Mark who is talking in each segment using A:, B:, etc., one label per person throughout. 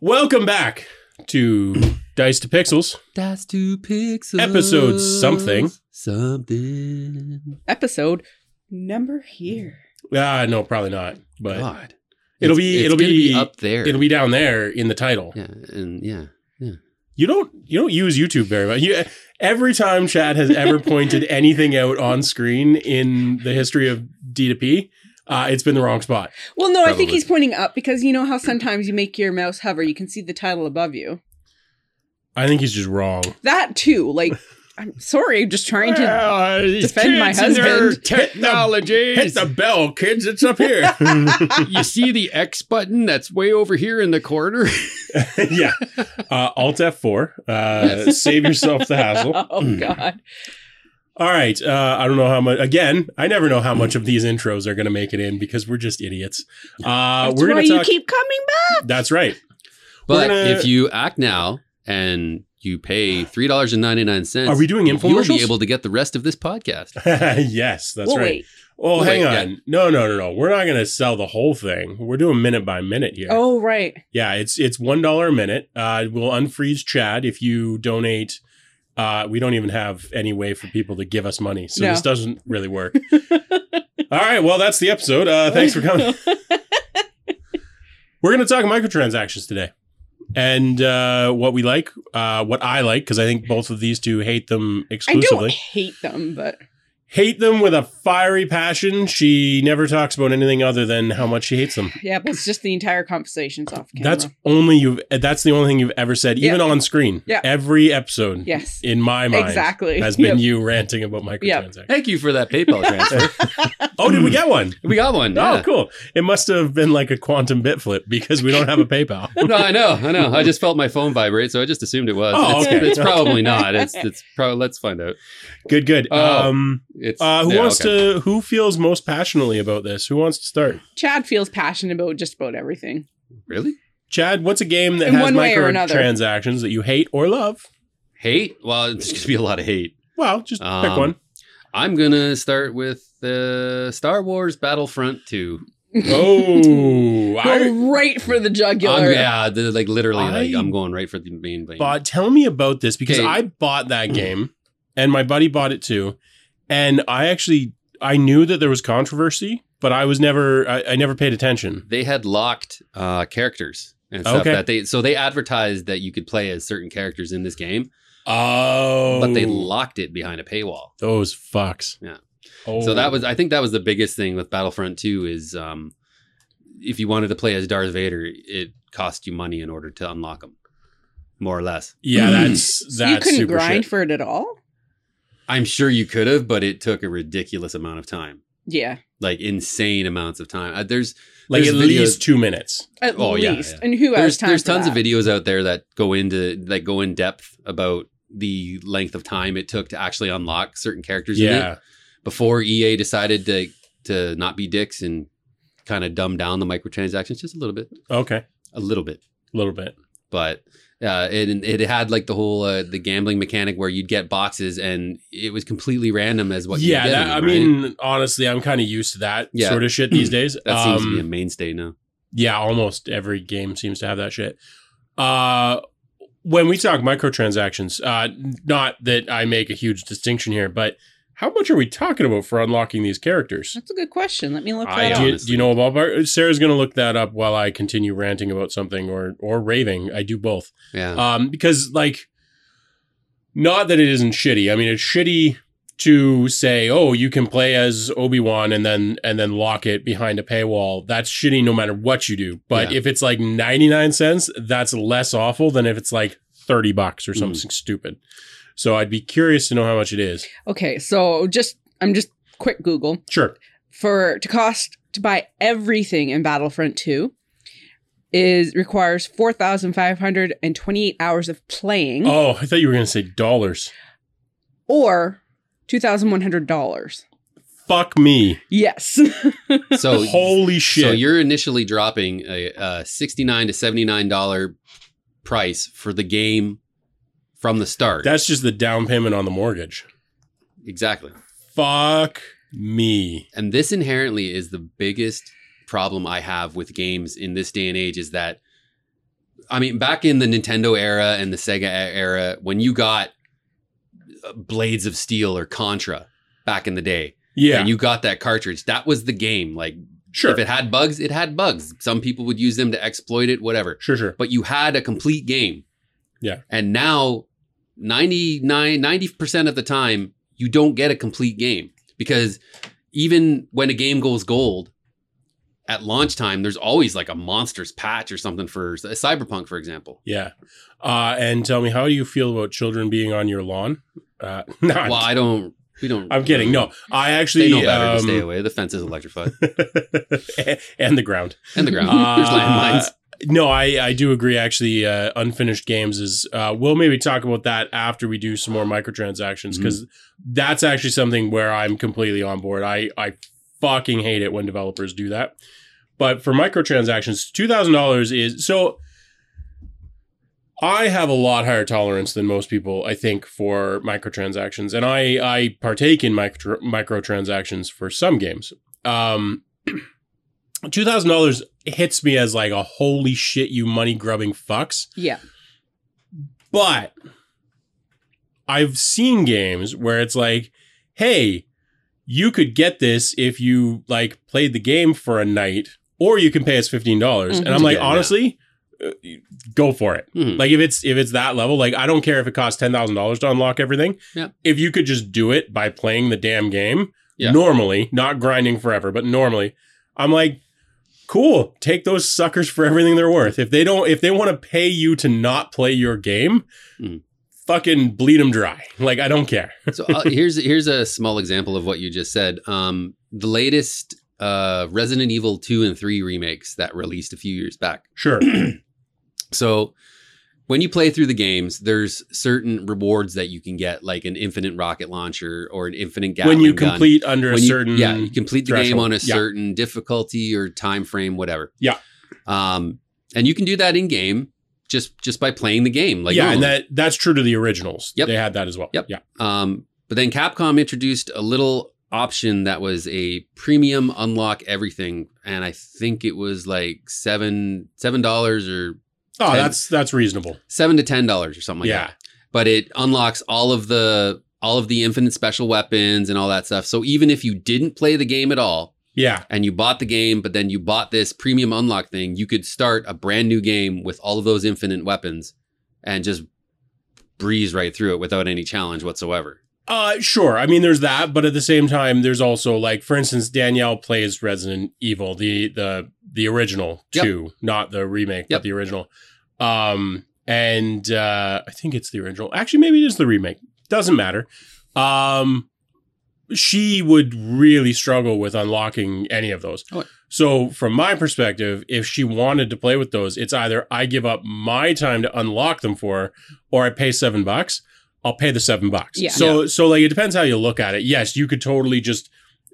A: Welcome back to Dice to Pixels.
B: That's two pixels.
A: Episode something.
B: Something.
C: Episode number here.
A: Ah, no, probably not. But
B: God.
A: it'll
B: It's-
A: be
B: it's
A: it'll
B: gonna
A: be,
B: up there.
A: it'll be down there in the title.
B: yeah, and yeah.
A: You don't you don't use YouTube very much. You, every time Chad has ever pointed anything out on screen in the history of D2P, uh, it's been the wrong spot.
C: Well, no, I think
B: Probably.
C: he's pointing up because you know how sometimes you make your mouse hover, you can see the title above you.
A: I think he's just wrong.
C: That too. Like, I'm sorry, I'm just trying to. defend my husband.
A: technology. Hit the bell, kids. It's up here.
B: you see the X button that's way over here in the corner?
A: yeah. Uh, Alt F4. Uh, save yourself the hassle.
C: Oh God.
A: All right. Uh, I don't know how much. Again, I never know how much of these intros are going to make it in because we're just idiots. Uh,
C: That's
A: we're
C: why
A: going to
C: you
A: talk.
C: keep coming back.
A: that's right.
B: But
A: gonna-
B: if you act now and you pay three dollars and ninety nine cents,
A: Are we doing
B: You'll
A: infomercials?
B: be able to get the rest of this podcast.
A: yes, that's
C: Well,
A: right.
C: wait.
A: Oh,
B: Wait,
A: hang
B: yeah.
A: on. No, no, no, no. We're not going to sell the whole thing. We're doing minute by minute here.
C: Oh right.
A: Yeah, it's it's one dollar a minute. Uh, we'll unfreeze Chad if you donate. Uh, we don't even have any way for people to give us money, so
C: No.
A: this doesn't really work. All right, well that's the episode. Uh, thanks for coming. We're going to talk microtransactions today, and uh, what we like, uh, what I like, because I think both of these two hate them
C: I don't
A: exclusively.
C: hate them, but
A: Hate them with a fiery passion. She never talks about anything other than how much she hates them.
C: yeah, but it's just the entire conversation's off camera.
A: That's only you've. That's the only thing you've ever said, even on screen.
C: Yeah.
A: Every episode.
C: Yes.
A: In my mind,
C: exactly.
A: has been
C: Yep.
A: you ranting about
C: Yep.
A: microtransactions.
B: Thank you for that PayPal transfer.
A: Oh, did we get one?
B: we got one.
A: Oh,
B: Yeah.
A: cool. It must have been like a quantum bit flip because we don't have a PayPal.
B: No, I know, I know. I just felt my phone vibrate, so I just assumed it was.
A: Oh,
B: it's,
A: okay.
B: it's probably not. It's it's probably. Let's find out.
A: Good, good.
B: Oh.
A: Um,
B: It's
A: uh, who
B: yeah,
A: wants
B: okay.
A: to? Who feels most passionately about this? Who wants to start?
C: Chad feels passionate about just about everything.
B: really
A: Chad, what's a game that
C: In
A: has
C: one way or another.
A: microtransactions that you hate or love?
B: hate? Well, there's gonna be a lot of hate.
A: Well, just pick
B: Um,
A: one.
B: I'm gonna start with uh, Star Wars Battlefront Two.
A: Oh, I,
C: Go right for the
B: I'm,
C: jugular.
B: yeah, the- like literally, like
A: I
B: I'm going right for the main vein.
A: But tell me about this because
B: Okay.
A: I bought that game and my buddy bought it too. And I actually I knew that there was controversy, but I was never I, I never paid attention.
B: they had locked uh, characters and stuff
A: Okay.
B: that they so they advertised that you could play as certain characters in this game,
A: Oh
B: but they locked it behind a paywall.
A: those fucks.
B: Yeah.
A: Oh.
B: So that was I think that was the biggest thing with Battlefront 2 is um, if you wanted to play as Darth Vader, it cost you money in order to unlock them. More or less.
A: Yeah, that's
C: you
A: that's
C: couldn't
A: super
C: grind
A: shit.
C: for it at all.
B: I'm sure you could have, but it took a ridiculous amount of time.
C: Yeah,
B: Like insane amounts of time. Uh, there's
A: Like at
B: There's
A: least two minutes.
C: at
B: Oh, yeah,
C: least.
B: yeah.
C: And who
B: there's
C: has time?
B: there's
C: for
B: tons
C: that?
B: of videos out there that go into that go in depth about the length of time it took to actually unlock certain characters in it
A: Yeah.
B: before EA decided to to not be dicks and kind of dumb down the microtransactions just a little bit.
A: Okay.
B: A little bit.
A: A little bit.
B: but uh, it it had like the whole uh, the gambling mechanic where you'd get boxes and it was completely random as what.
A: yeah,
B: you
A: that, I mean, honestly, I'm kind of used to that
B: Yeah.
A: sort of shit these days.
B: that seems to be a
A: Um,
B: mainstay now.
A: yeah, almost every game seems to have that shit. Uh, when we talk microtransactions, uh, not that I make a huge distinction here, but how much are we talking about for unlocking these characters?
C: That's a good question. Let me look
A: I,
C: that
A: do,
C: up.
A: you, do you know a ballpark? Sarah's going to look that up while I continue ranting about something or or raving. I do both
B: Yeah,
A: um, because like, not that it isn't shitty. I mean, it's shitty to say, oh, you can play as Obi Wan and then and then lock it behind a paywall. That's shitty, no matter what you do. But
B: Yeah.
A: if it's like ninety nine cents, that's less awful than if it's like thirty bucks or something
B: Mm.
A: stupid. So I'd be curious to know how much it is.
C: Okay, so just I'm just quick Google
A: Sure.
C: for to cost to buy everything in Battlefront 2 is requires 4528 hours of playing
A: Oh, I thought you were gonna say dollars.
C: or $2100.
A: Fuck me.
C: Yes.
B: so
A: Holy shit.
B: so you're initially dropping a, a sixty nine to seventy nine dollar price for the game from the start.
A: That's just the down payment on the mortgage.
B: exactly,
A: Fuck me.
B: and this inherently is the biggest problem I have with games in this day and age is that I mean, back in the Nintendo era and the Sega e-, era, when you got uh, Blades of Steel or Contra back in the day,
A: Yeah,
B: and you got that cartridge, that was the game. Like,
A: sure,
B: if it had bugs, it had bugs. Some people would use them to exploit it, whatever.
A: sure, sure.
B: But you had a complete game.
A: Yeah.
B: And now, 99, 90% of the time, you don't get a complete game because even when a game goes gold, at launch time, there's always like a monsters patch or something for Cyberpunk, for example.
A: Yeah. Uh, and tell me, how do you feel about children being on your lawn? Uh, no, I'm-
B: well, I don't. We don't.
A: I'm kidding. No, I
B: they
A: actually
B: know better to stay
A: um,
B: away. The fence is electrified
A: and the ground.
B: and the ground.
A: Uh,
B: There's landmines.
A: No, I, I do agree. Actually, uh, unfinished games is uh, we'll maybe talk about that after we do some more microtransactions because that's actually something where I'm completely on board. I I fucking hate it when developers do that. But for microtransactions, two thousand dollars is so. I have a lot higher tolerance than most people, I think, for microtransactions, and I I partake in micro microtransactions for some games. Um, two thousand dollars hits me as like a holy shit, you money grubbing fucks.
C: Yeah.
A: But I've seen games where it's like, hey, you could get this if you like played the game for a night, or you can pay us fifteen dollars.
C: Mhm.
A: And I'm like,
B: Yeah, yeah.
A: honestly, uh, go for it.
B: Mhm.
A: Mm-hmm. Like if it's if it's that level, like I don't care if it costs ten thousand dollars to unlock everything.
B: Yeah.
A: If you could just do it by playing the damn game
B: Yeah.
A: normally, not grinding forever, but normally, I'm like, cool. Take those suckers for everything they're worth. If they don't, if they want to pay you to not play your game,
B: Mhm.
A: fucking bleed them dry. Like I don't care.
B: so uh, here's here's a small example of what you just said. Um, the latest uh, Resident Evil two and three remakes that released a few years back.
A: Sure.
B: So when you play through the games, there's certain rewards that you can get, like an infinite rocket launcher or an infinite Gatling
A: when you
B: gun.
A: complete under a
B: When you-
A: certain,
B: yeah you complete the game
A: threshold.
B: on a
A: Yeah.
B: certain difficulty or time frame whatever
A: Yeah.
B: um and you can do that in game just just by playing the game like
A: yeah,
B: normal.
A: and that that's true to the originals.
B: Yep.
A: They had that as well.
B: Yep.
A: Yeah.
B: um but then capcom introduced a little option that was a premium unlock everything and i think it was like seven seven dollars or
A: Oh,
B: Ten-
A: that's that's reasonable.
B: seven to ten dollars or something like
A: Yeah.
B: that but it unlocks all of the all of the infinite special weapons and all that stuff so even if you didn't play the game at all
A: Yeah.
B: and you bought the game, but then you bought this premium unlock thing, you could start a brand new game with all of those infinite weapons and just breeze right through it without any challenge whatsoever.
A: Uh, sure. I mean, there's that, but at the same time, there's also like, for instance, Danielle plays Resident Evil, the the the original
B: Yep.
A: two, not the remake, but
B: Yep.
A: the original. Um, and uh, I think it's the original. Actually, maybe it is the remake. Doesn't matter. Um, she would really struggle with unlocking any of those.
B: Oh.
A: So, from my perspective, if she wanted to play with those, it's either I give up my time to unlock them for, her, or I pay seven bucks. I'll pay the seven bucks.
C: Yeah.
A: So, so like it depends how you look at it. Yes, you could totally just,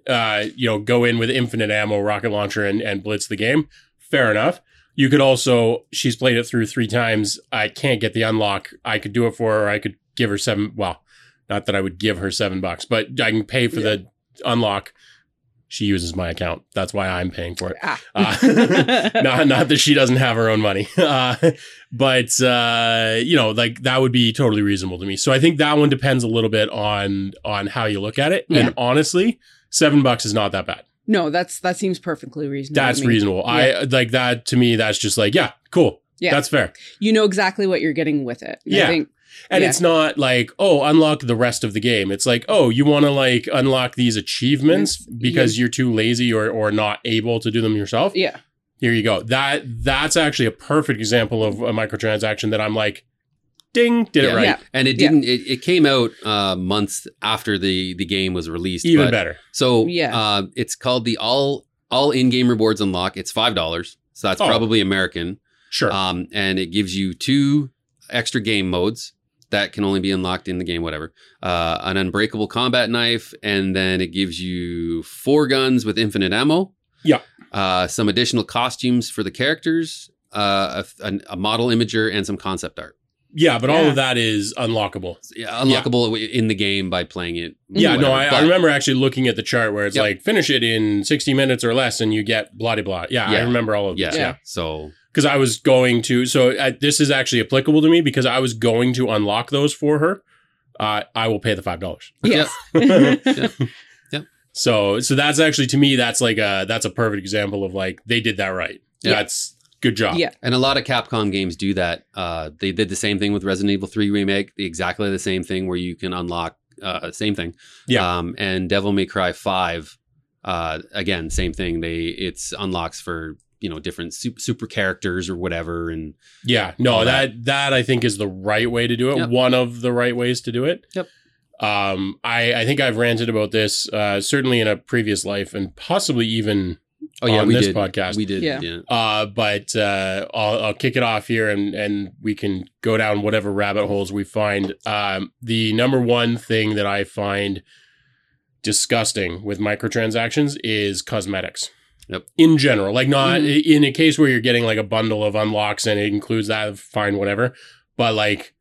A: uh, you know, go in with infinite ammo, rocket launcher, and and blitz the game. Fair enough. You could also, she's played it through three times. I can't get the unlock. I could do it for her. I could give her seven. Well, not that I would give her seven bucks, but I can pay for the unlock. She uses my account. That's why I'm paying for it.
C: Ah.
A: Uh, not, not that she doesn't have her own money. Uh, but, uh, you know, like that would be totally reasonable to me. So I think that one depends a little bit on, on how you look at it.
C: Yeah.
A: And honestly, seven bucks is not that bad.
C: No, that's that seems perfectly reasonable. to
A: That's
C: me.
A: reasonable. I like that to me. That's just like, yeah, cool.
C: Yeah.
A: That's fair.
C: You know exactly what you're getting with it. I
A: Yeah.
C: think
A: And
C: Yeah.
A: it's not like, oh, unlock the rest of the game. It's like, oh, you want to like unlock these achievements
C: Yes.
A: because you're too lazy or, or not able to do them yourself.
C: yeah.
A: Here you go. That that's actually a perfect example of a microtransaction that I'm like, ding, did it right.
C: Yeah.
B: And it
C: Yeah.
B: didn't it, it came out uh months after the the game was released.
A: Even
B: but-
A: better.
B: So
C: Yeah.
B: uh it's called the all all in-game rewards unlock. It's five dollars. So that's
A: Oh.
B: probably American.
A: Sure.
B: Um, and it gives you two extra game modes that can only be unlocked in the game, whatever. Uh, an unbreakable combat knife, and then it gives you four guns with infinite ammo.
A: Yeah.
B: Uh, some additional costumes for the characters, uh, a, an- a model imager, and some concept art.
A: yeah, but all
C: yeah. Mm-hmm.
A: of that is unlockable.
B: So, yeah, unlockable w in the game by playing it.
A: Yeah, no,
B: whatever.
A: I, I
B: But-
A: remember actually looking at the chart where it's
B: Yep.
A: like finish it in 60 minutes or less and you get blah de blah. Yeah, I
B: Yeah.
A: remember all of
B: Yeah,
A: this. Yeah.
B: So
A: because I was going to. So uh, this is actually applicable to me because I was going to unlock those for her. Uh, I will pay the five dollars.
C: Yes.
A: So so that's actually to me that's like a that's a perfect example of like they did that right.
B: Yeah.
A: That's good job.
C: Yeah.
B: And a lot of Capcom games do that. Uh, they did the same thing with Resident Evil 3 Remake, the exactly the same thing where you can unlock, uh, same thing.
A: Yeah.
B: Um, and Devil May Cry 5, uh, again, same thing. They It's unlocks for, you know, different su- super characters or whatever. And
A: Yeah, no,
B: All that.
A: that. that I think is the right way to do it.
B: Yep.
A: One of the right ways to do it.
B: Yep.
A: Um, I I think I've ranted about this uh, certainly in a previous life and possibly even
B: oh, yeah,
A: on
B: we
A: this
B: did.
A: podcast.
B: We did.
C: Yeah.
B: Yeah.
A: uh, but uh, I'll, I'll kick it off here and and we can go down whatever rabbit holes we find. Um, the number one thing that I find disgusting with microtransactions is cosmetics.
B: Yep.
A: In general, like not
C: Mhm.
A: in a case where you're getting like a bundle of unlocks and it includes that fine whatever, but like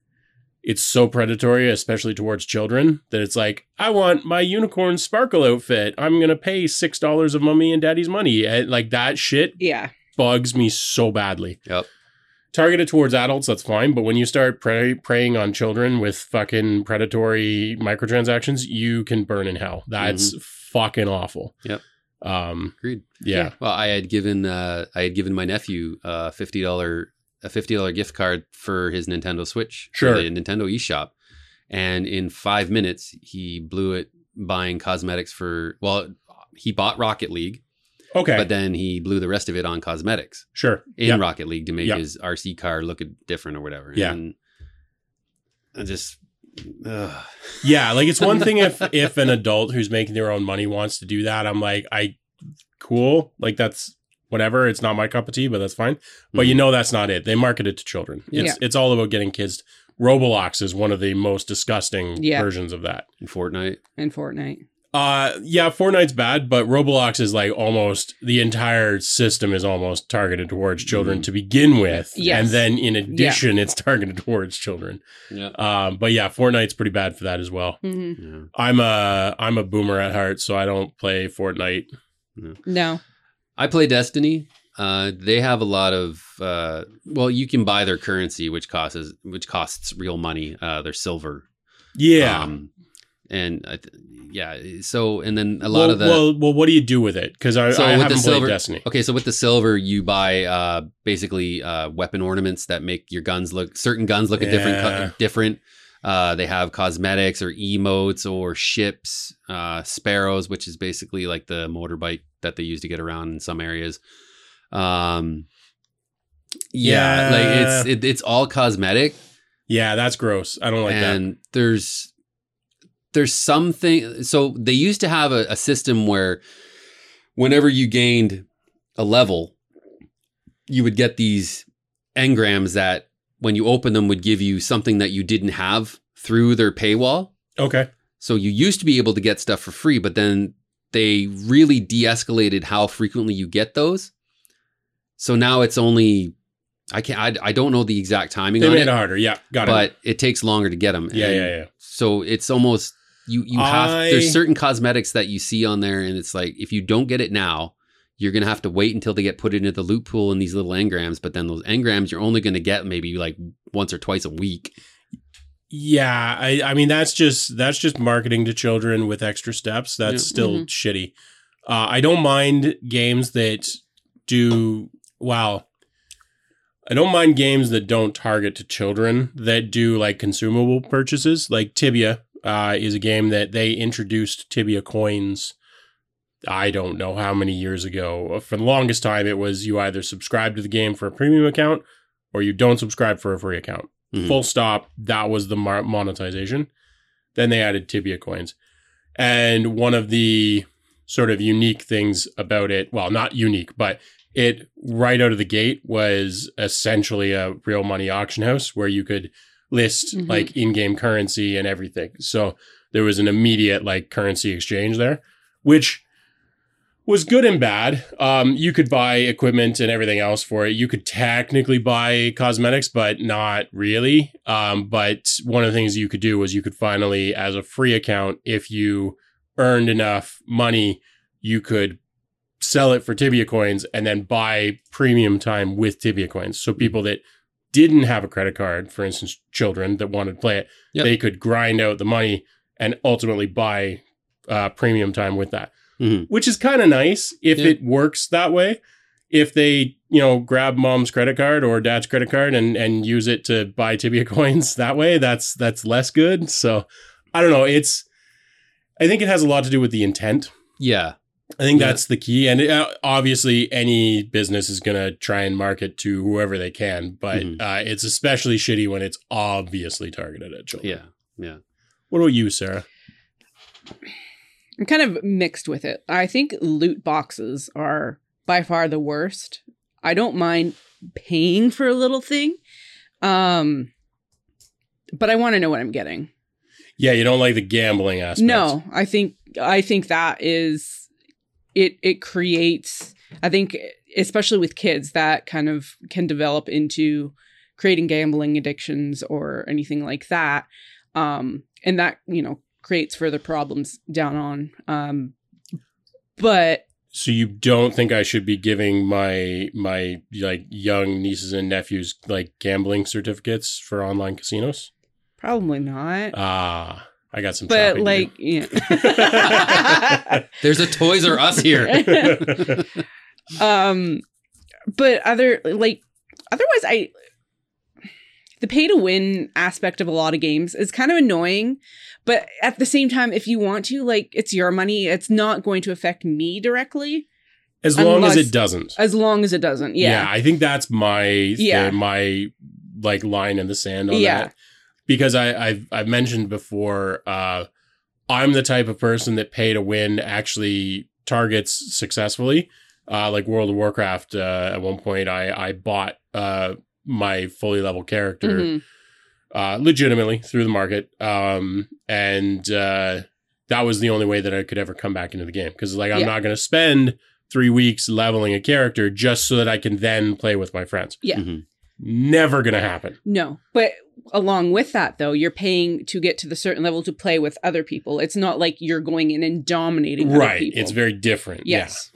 A: it's so predatory, especially towards children, that it's like, I want my unicorn sparkle outfit. I'm gonna pay six dollars of mommy and daddy's money. And like that shit
C: Yeah.
A: bugs me so badly.
B: Yep.
A: Targeted towards adults, that's fine, but when you start prey preying on children with fucking predatory microtransactions, you can burn in hell. That's fucking awful.
B: Mm-hmm. Yep.
A: Um.
B: Agreed.
A: Yeah.
B: Well, I had given uh, I had given my nephew a fifty dollar a fifty dollar gift card for his Nintendo Switch, for
A: Sure.
B: the Nintendo eShop, and in five minutes he blew it buying cosmetics for. Well, he bought Rocket League,
A: Okay.
B: but then he blew the rest of it on cosmetics
A: sure.
B: in
A: Yep.
B: Rocket League to make
A: Yep.
B: his RC car look different or whatever.
A: Yeah.
B: And I just. ugh.
A: Yeah. Like it's one thing if if an adult who's making their own money wants to do that, I'm like, I cool. Like that's whatever. It's not my cup of tea, but that's fine. But
C: Mm-hmm.
A: you know that's not it. They market it to children.
B: Yeah.
A: It's it's all about getting kids. Roblox is one of the most disgusting
C: Yeah.
A: versions of that.
B: In Fortnite.
C: And Fortnite.
A: Uh, yeah, Fortnite's bad, but Roblox is like almost the entire system is almost targeted towards children
B: Mhm.
A: to begin with,
C: Mm-hmm. Yes.
A: and then in addition, it's targeted towards children.
B: Yeah.
A: Um, but yeah, Fortnite's pretty bad for that as well.
C: Mhm.
B: yeah.
A: I'm a I'm a boomer at heart, so I don't play Fortnite.
C: No.
B: I play Destiny. Uh, they have a lot of uh, well, you can buy their currency, which costs which costs real money. Uh, their silver.
A: Yeah,
B: Um, and I th- yeah, so and then a lot
A: well,
B: of the
A: well, well, what do you do with it? Because I,
B: So
A: I
B: with the
A: haven't played
B: silver-
A: Destiny.
B: okay, so with the silver, you buy uh, basically uh, weapon ornaments that make your guns look certain guns look a different
A: Yeah.
B: co- different. Uh, they have cosmetics or emotes or ships, uh, sparrows, which is basically like the motorbike that they use to get around in some areas. Um, yeah,
A: Yeah.
B: like it's it, it's all cosmetic,
A: Yeah, that's gross. I don't like that.
B: and there's there's something so they used to have a, a system where whenever you gained a level you would get these engrams that when you open them would give you something that you didn't have through their paywall
A: Okay,
B: so you used to be able to get stuff for free but then they really de-escalated how frequently you get those so now it's only i can't i, I don't know the exact timing
A: they
B: on
A: made
B: it
A: it harder. Yeah, got it.
B: but it takes longer to get them.
A: Yeah, yeah, yeah.
B: So it's almost you you have
A: I-
B: there's certain cosmetics that you see on there, and it's like if you don't get it now, you're gonna have to wait until they get put into the loot pool in these little engrams. But then those engrams you're only gonna get maybe like once or twice a week.
A: Yeah, I, I mean that's just that's just marketing to children with extra steps. That's
B: Yeah.
A: still
C: Mhm.
A: shitty. Uh, I don't mind games that do wow. I don't mind games that don't target to children that do like consumable purchases. Like Tibia uh, is a game that they introduced Tibia coins. I don't know how many years ago. For the longest time, it was you either subscribe to the game for a premium account or you don't subscribe for a free account
B: Mhm.
A: full stop that was the mar- monetization then they added tibia coins and one of the sort of unique things about it well not unique but it right out of the gate was essentially a real money auction house where you could list
C: Mhm.
A: like in-game currency and everything so there was an immediate like currency exchange there which was good and bad. Um, you could buy equipment and everything else for it. You could technically buy cosmetics, but not really. Um, but one of the things you could do was you could finally, as a free account, if you earned enough money, you could sell it for Tibia coins and then buy premium time with Tibia coins. So people that didn't have a credit card, for instance, children that wanted to play it,
B: Yep.
A: they could grind out the money and ultimately buy uh, premium time with that,
B: Mhm.
A: which is kind of nice if
B: Yeah.
A: it works that way. If they, you know, grab mom's credit card or dad's credit card and and use it to buy Tibia coins that way, that's that's less good. So I don't know. It's I think it has a lot to do with the intent
B: Yeah.
A: I think
B: Yeah.
A: that's the key, and uh, obviously, any business is going to try and market to whoever they can, but
B: Mhm.
A: uh, it's especially shitty when it's obviously targeted at children.
B: Yeah.
A: What about you, Sarah?
C: I'm kind of mixed with it. I think loot boxes are by far the worst. I don't mind paying for a little thing. Um but I want to know what I'm getting.
A: Yeah, you don't like the gambling aspect.
C: No, I think I think that is it it creates I think especially with kids that kind of can develop into creating gambling addictions or anything like that. Um and that, you know, creates further problems down on um but
A: So you don't think I should be giving my my like young nieces and nephews like gambling certificates for online casinos?
C: Probably not.
A: Ah, I got some.
C: but
A: shopping
C: like, yeah.
B: There's a Toys R Us here.
A: to do.
C: um, but other like, otherwise, I the pay to win aspect of a lot of games is kind of annoying. But at the same time, if you want to, like, it's your money. It's not going to affect me directly
A: as long as
C: Unless-
A: it doesn't.
C: as long as it doesn't. Yeah.
A: I think that's my
C: Yeah.
A: my like line in the sand on
C: Yeah.
A: that because I I've, I've mentioned before uh, I'm the type of person that pay to win actually targets successfully. Uh, like World of Warcraft, uh, at one point I I bought uh, my fully level character
C: Mhm.
A: uh, legitimately through the market. Um, and uh, that was the only way that I could ever come back into the game because, like, I'm
C: Yeah.
A: not going to spend three weeks leveling a character just so that I can then play with my friends.
C: Yeah.
B: Mhm.
A: Never going to happen.
C: No, but along with that though you're paying to get to the certain level to play with other people it's not like you're going in and dominating other
A: Right.
C: people.
A: It's very different.
C: yes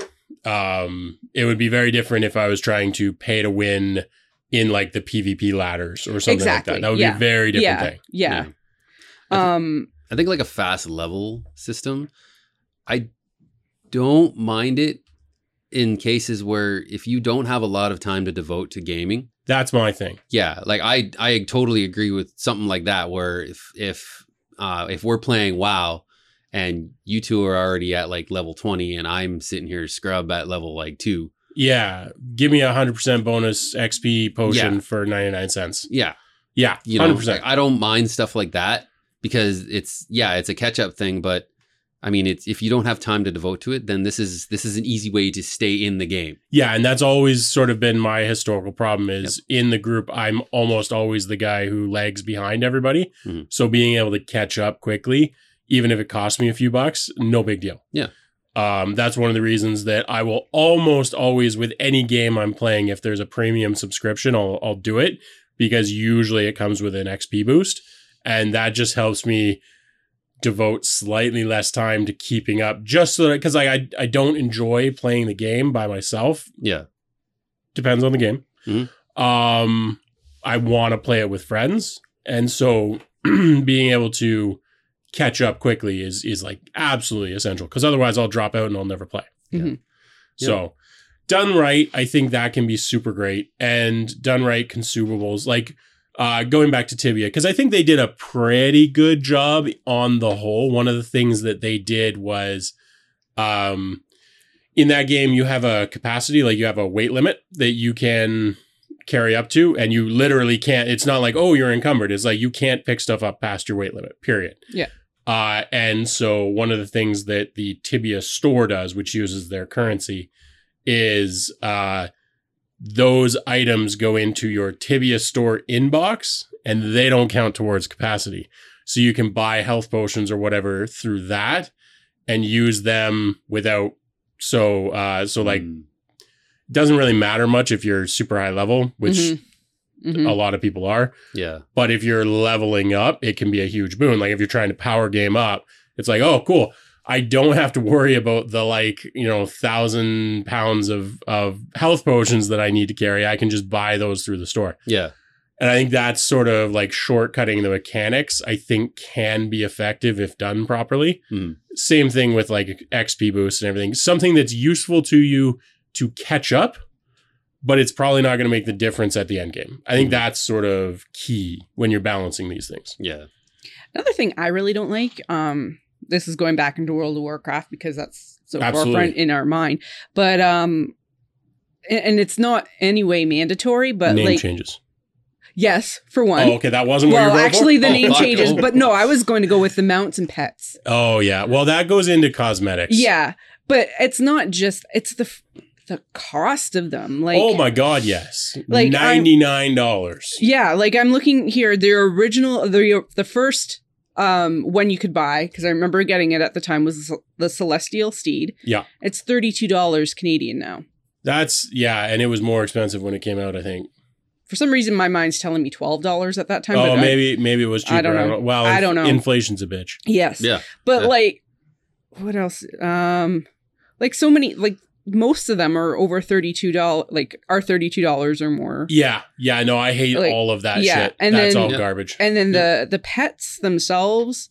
A: Yeah. Um, it would be very different if I was trying to pay to win in like the PvP ladders or something
C: Exactly,
A: like that. That would be
C: yeah.
A: a very different
C: yeah,
A: thing.
C: yeah
B: I
C: um
B: I think like a fast level system. I don't mind it in cases where if you don't have a lot of time to devote to gaming,
A: That's my thing.
B: yeah like i i totally agree with something like that where if if uh if we're playing wow and you two are already at like level 20 and i'm sitting here scrub at level like two
A: Yeah. Give me a 100% bonus XP potion
B: Yeah.
A: for 99 cents.
B: yeah
A: Yeah.
B: you know
A: 100%.
B: like, i don't mind stuff like that because it's yeah it's a catch up thing but i mean it's if you don't have time to devote to it then this is this is an easy way to stay in the game
A: Yeah, and that's always sort of been my historical problem is in the group I'm almost always the guy who lags behind everybody.
B: Mhm.
A: So being able to catch up quickly, even if it costs me a few bucks, no big deal.
B: Yeah.
A: Um, that's one of the reasons that I will almost always with any game I'm playing, if there's a premium subscription, I'll I'll do it because usually it comes with an XP boost. And that just helps me devote slightly less time to keeping up just so that because like I, I don't enjoy playing the game by myself
B: yeah
A: depends on the game.
B: Mhm.
A: Um, I want to play it with friends, and so being able to catch up quickly is is like absolutely essential because otherwise I'll drop out and I'll never play.
B: Yeah.
C: Mhm.
A: So done right, I think that can be super great, and done right, consumables like. Uh, going back to Tibia, because I think they did a pretty good job on the whole. One of the things that they did was um, in that game you have a capacity like you have a weight limit that you can carry up to and you literally can't it's not like oh you're encumbered it's like you can't pick stuff up past your weight limit period
C: Yeah.
A: uh, and so one of the things that the tibia store does which uses their currency is uh, those items go into your tibia store inbox and they don't count towards capacity so you can buy health potions or whatever through that and use them without so uh so like
B: Mm.
A: doesn't really matter much if you're super high level which
C: mhm. Mhm.
A: a lot of people are
B: yeah
A: but if you're leveling up it can be a huge boon like if you're trying to power game up it's like oh cool I don't have to worry about the like, you know, thousand pounds of of health potions that I need to carry. I can just buy those through the store.
B: Yeah.
A: And I think that's sort of like shortcutting the mechanics, I think can be effective if done properly.
B: Mhm.
A: Same thing with like XP boosts and everything. Something that's useful to you to catch up, but it's probably not going to make the difference at the end game. I think
B: Mhm.
A: that's sort of key when you're balancing these things.
B: Yeah.
C: Another thing I really don't like, um, this is going back into World of Warcraft because that's so
A: Absolutely.
C: forefront in our mind. But um and, and it's not anyway mandatory, but
A: Name
C: like
A: changes.
C: yes, for one.
A: Oh, okay. That wasn't what you
C: well,
A: were going for?
C: actually the
B: Oh,
C: name
B: fuck.
C: changes,
B: Oh.
C: but no, I was going to go with the mounts and pets.
A: Oh yeah. Well, that goes into cosmetics.
C: Yeah. But it's not just it's the f- the cost of them. Like
A: oh my God. Yes.
C: Like, I'm-
A: ninety nine dollars.
C: Yeah, like I'm looking here. The original, the the first um one you could buy because I remember getting it at the time was the Cel- the Celestial Steed.
A: Yeah.
C: it's thirty two dollars Canadian now.
A: That's yeah, and it was more expensive when it came out. I think.
C: For some reason, my mind's telling me twelve dollars at that time.
A: oh,
C: but I-
A: maybe maybe it was cheaper.
C: I don't know.
A: Well,
C: I don't know.
A: Inflation's a bitch.
C: yes,
B: Yeah.
C: but
B: yeah.
C: like, what else? Um, like so many, like most of them are over thirty two dollars, like are thirty two dollars or more.
A: Yeah, yeah. No, I hate
C: Like,
A: all of that
C: yeah,
A: shit.
C: and
A: That's
C: then-
A: all
B: Yeah.
A: garbage.
C: And then the the pets themselves.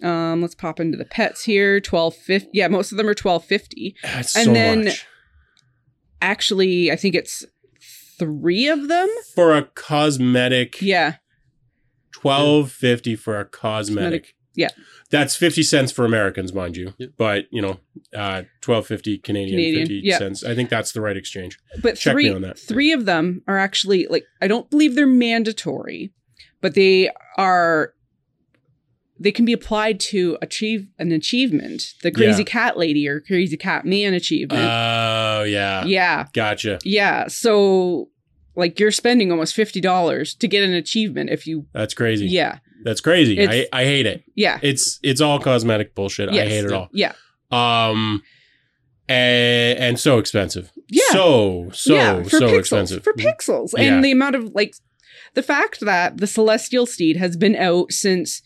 C: Um, let's pop into the pets here. Twelve fifty. Yeah, most of them are twelve fifty.
A: That's
C: and
A: so
C: then-
A: much
C: actually i think it's three of them
A: for a cosmetic.
C: yeah
A: Twelve fifty for a cosmetic.
C: yeah.
A: That's fifty cents for Americans, mind you.
B: Yeah.
A: But you know, uh, twelve fifty Canadian,
C: Canadian,
A: fifty
C: yeah.
A: cents. I think that's the right exchange.
C: but
A: Check me
C: three
A: on that.
C: three of them are actually like i don't believe they're mandatory but they are they can be applied to achieve an achievement the crazy cat lady or crazy cat man
A: Oh
C: achievement
A: yeah.
C: yeah
A: Gotcha.
C: yeah so like you're spending almost $50 to get an achievement if you
A: That's crazy.
C: yeah
A: That's crazy. I,
C: It's-
A: I hate it.
C: yeah
A: It's it's all cosmetic bullshit. I
C: Yes.
A: hate it
C: yeah
A: all. Um and, and so expensive.
C: yeah
A: So so
C: yeah, for
A: so
C: pixels,
A: expensive.
C: for pixels,
A: Yeah.
C: and the amount of like the fact that the Celestial Steed has been out since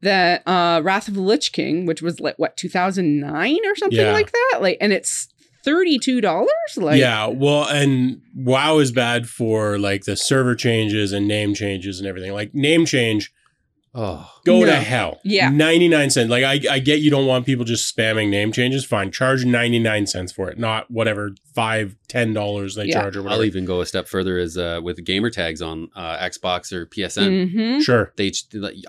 C: the uh, Wrath of the Lich King, which was like what 2009 or something
A: Yeah.
C: like that, like, and it's thirty two dollars, like,
A: yeah, well, and WoW is bad for like the server changes and name changes and everything. Like name change,
B: Oh.
A: go
C: No.
A: to hell.
C: Yeah.
A: ninety nine cents. Like I, I get you don't want people just spamming name changes. Fine, charge ninety nine cents for it, not whatever five ten dollars they
C: Yeah.
A: charge or
B: I'll
A: whatever.
B: even go a step further as uh, with gamer tags on uh, Xbox or PSN.
C: Mhm.
A: Sure,
B: They,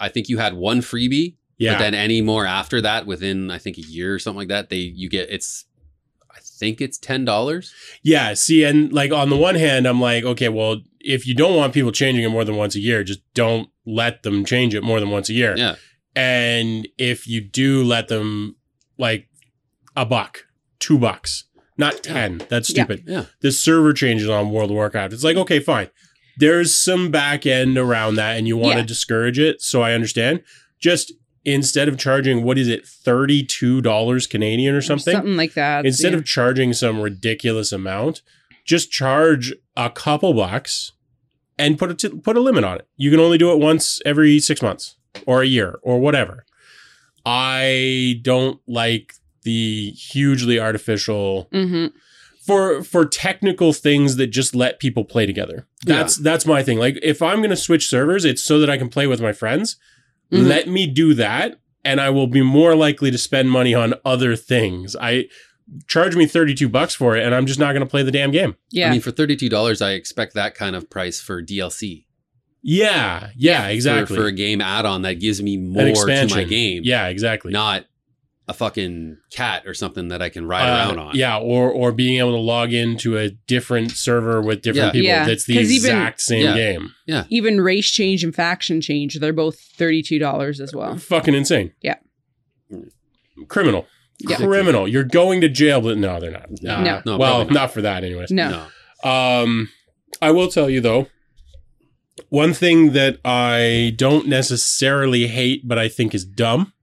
B: I think you had one freebie
A: yeah,
B: But then any more after that, within I think a year or something like that, they you get it's I think it's ten dollars.
A: Yeah, see, and like on the one hand, I'm like, okay, well, if you don't want people changing it more than once a year, just don't let them change it more than once a year.
B: Yeah.
A: And if you do let them, like a buck, two bucks, not 10, that's
C: Yeah.
A: stupid.
B: Yeah.
A: The server changes on World of Warcraft. It's like, okay, fine. There's some back end around that and you want to
C: Yeah.
A: discourage it. So I understand. Just instead of charging, what is it, $32 Canadian or something?
C: something like that.
A: instead
C: yeah.
A: of charging some ridiculous amount, just charge a couple bucks and put a t- put a limit on it. You can only do it once every six months or a year or whatever. I don't like the hugely artificial
C: Mhm.
A: for for technical things that just let people play together. That's that's my thing. Like if I'm gonna switch servers, it's so that I can play with my friends.
B: Mm-hmm.
C: Mhm.
A: Let me do that, and I will be more likely to spend money on other things. I charge me 32 bucks for it, and I'm just not gonna play the damn game.
C: yeah,
B: I mean, for thirty two dollars, I expect that kind of price for DLC
A: Yeah, yeah,
B: For-
A: exactly.
B: for, a game add on that gives me more to my
A: expansion.
B: game.
A: yeah, exactly.
B: not a fucking cat or something that I can
A: Uh,
B: ride around on.
A: Yeah, or or being able to log into a different server with different
B: Yeah.
A: people.
C: Yeah.
A: That's the
C: 'Cause even-
A: exact same
B: Yeah.
A: game.
C: even race change and faction change, they're both thirty two dollars as well.
A: Fucking insane.
C: Yeah.
A: Criminal.
C: Yeah.
A: Criminal. You're going to jail, but no, they're not.
B: No.
A: Uh,
C: No.
B: No,
A: well,
B: probably
A: not. for that, anyways.
C: No,
A: Um, I will tell you though, one thing that I don't necessarily hate, but I think is dumb,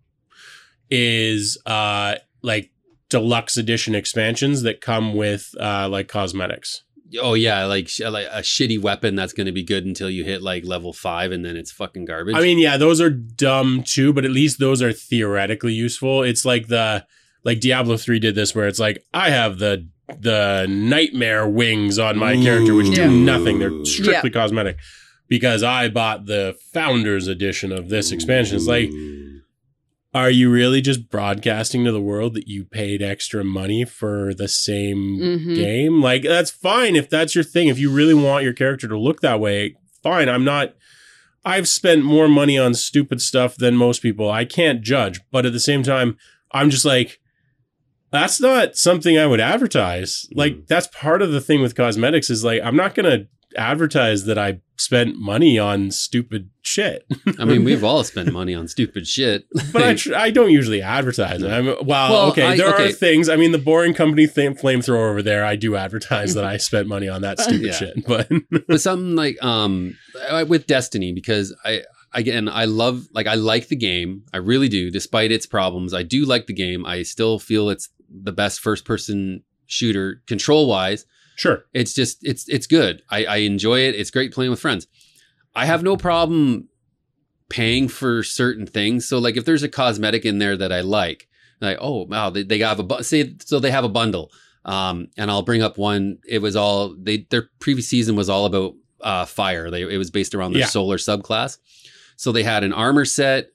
A: is uh like deluxe edition expansions that come with uh like cosmetics.
B: oh yeah, like sh- like a shitty weapon that's going to be good until you hit like level five, and then it's fucking garbage.
A: I mean, yeah, those are dumb too, but at least those are theoretically useful. It's like the like Diablo 3 did this where it's like I have the the nightmare wings on my character which do
C: Ooh.
A: nothing. They're strictly cosmetic because I bought the founders edition of this expansion. It's like are you really just broadcasting to the world that you paid extra money for the same
C: Mhm.
A: game? Like that's fine if that's your thing. If you really want your character to look that way, fine. I'm not I've spent more money on stupid stuff than most people. I can't judge, but at the same time, I'm just like that's not something I would advertise. Like that's part of the thing with cosmetics is like I'm not going to advertise that I spent money on stupid shit.
B: I mean, we've all spent money on stupid shit.
A: But I, tr- I don't usually advertise it. I'm, well,
B: Well,
A: okay,
B: I-
A: there
B: okay.
A: are things. I mean, the boring company th- flamethrower over there. I do advertise that I spent money on that stupid
B: Yeah.
A: shit. But
B: but something like um I- with Destiny because I again I love like I like the game I really do despite its problems I do like the game I still feel it's the best first person shooter control wise
A: sure,
B: it's just it's it's good I, I enjoy it it's great playing with friends I have no problem paying for certain things so like if there's a cosmetic in there that I like like oh wow they, they have a bu- say so they have a bundle um, and I'll bring up one. It was all they their previous season was all about uh, fire. They it was based around their
A: Yeah.
B: solar subclass. So they had an armor set,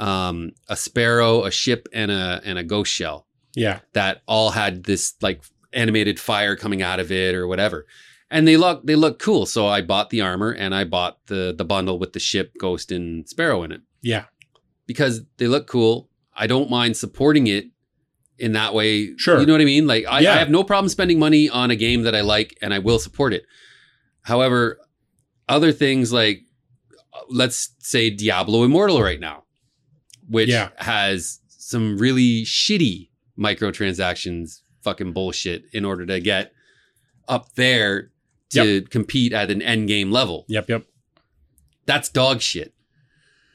B: um, a sparrow, a ship, and a and a ghost shell
A: yeah,
B: that all had this like animated fire coming out of it or whatever. And they look they look cool. So I bought the armor and I bought the the bundle with the ship, ghost, and sparrow in it
A: yeah,
B: because they look cool. I don't mind supporting it in that way.
A: Sure.
B: You know what I mean? Like I,
A: Yeah.
B: I have no problem spending money on a game that I like and I will support it. However, other things like uh, let's say Diablo Immortal right now, which
A: Yeah.
B: has some really shitty microtransactions fucking bullshit in order to get up there to compete at an end game level.
A: yep, yep.
B: That's dog shit.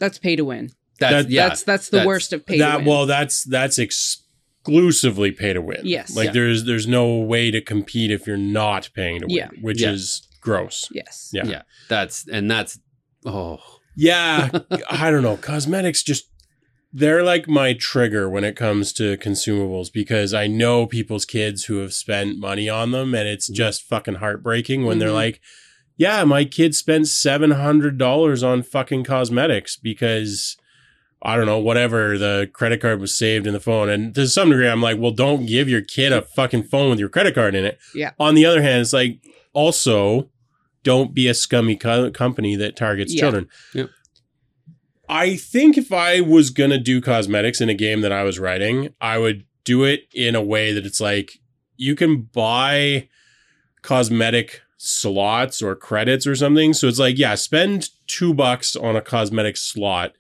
C: That's pay to win.
B: That's
A: That-
B: yeah.
C: that's that's the
B: that's-
C: worst of pay to
A: That
C: win.
A: well, that's that's exclusively pay to win.
C: Yes.
A: like
B: Yeah.
A: there's there's no way to compete if you're not paying to win,
C: Yeah.
A: which
B: Yeah.
A: is gross.
C: yes.
A: Yeah.
B: yeah. That's and that's oh
A: Yeah, I don't know. Cosmetics just they're like my trigger when it comes to consumables because I know people's kids who have spent money on them and it's just fucking heartbreaking when they're
C: Mhm.
A: like, "Yeah, my kid spent $700 on fucking cosmetics because I don't know, whatever, the credit card was saved in the phone." And to some degree I'm like, "Well, don't give your kid a fucking phone with your credit card in it."
C: Yeah.
A: On the other hand, it's like also don't be a scummy co- company that targets
C: Yeah.
A: children.
B: Yep.
A: I think if I was going to do cosmetics in a game that I was writing, I would do it in a way that it's like you can buy cosmetic slots or credits or something. So it's like, yeah, spend two bucks on a cosmetic slot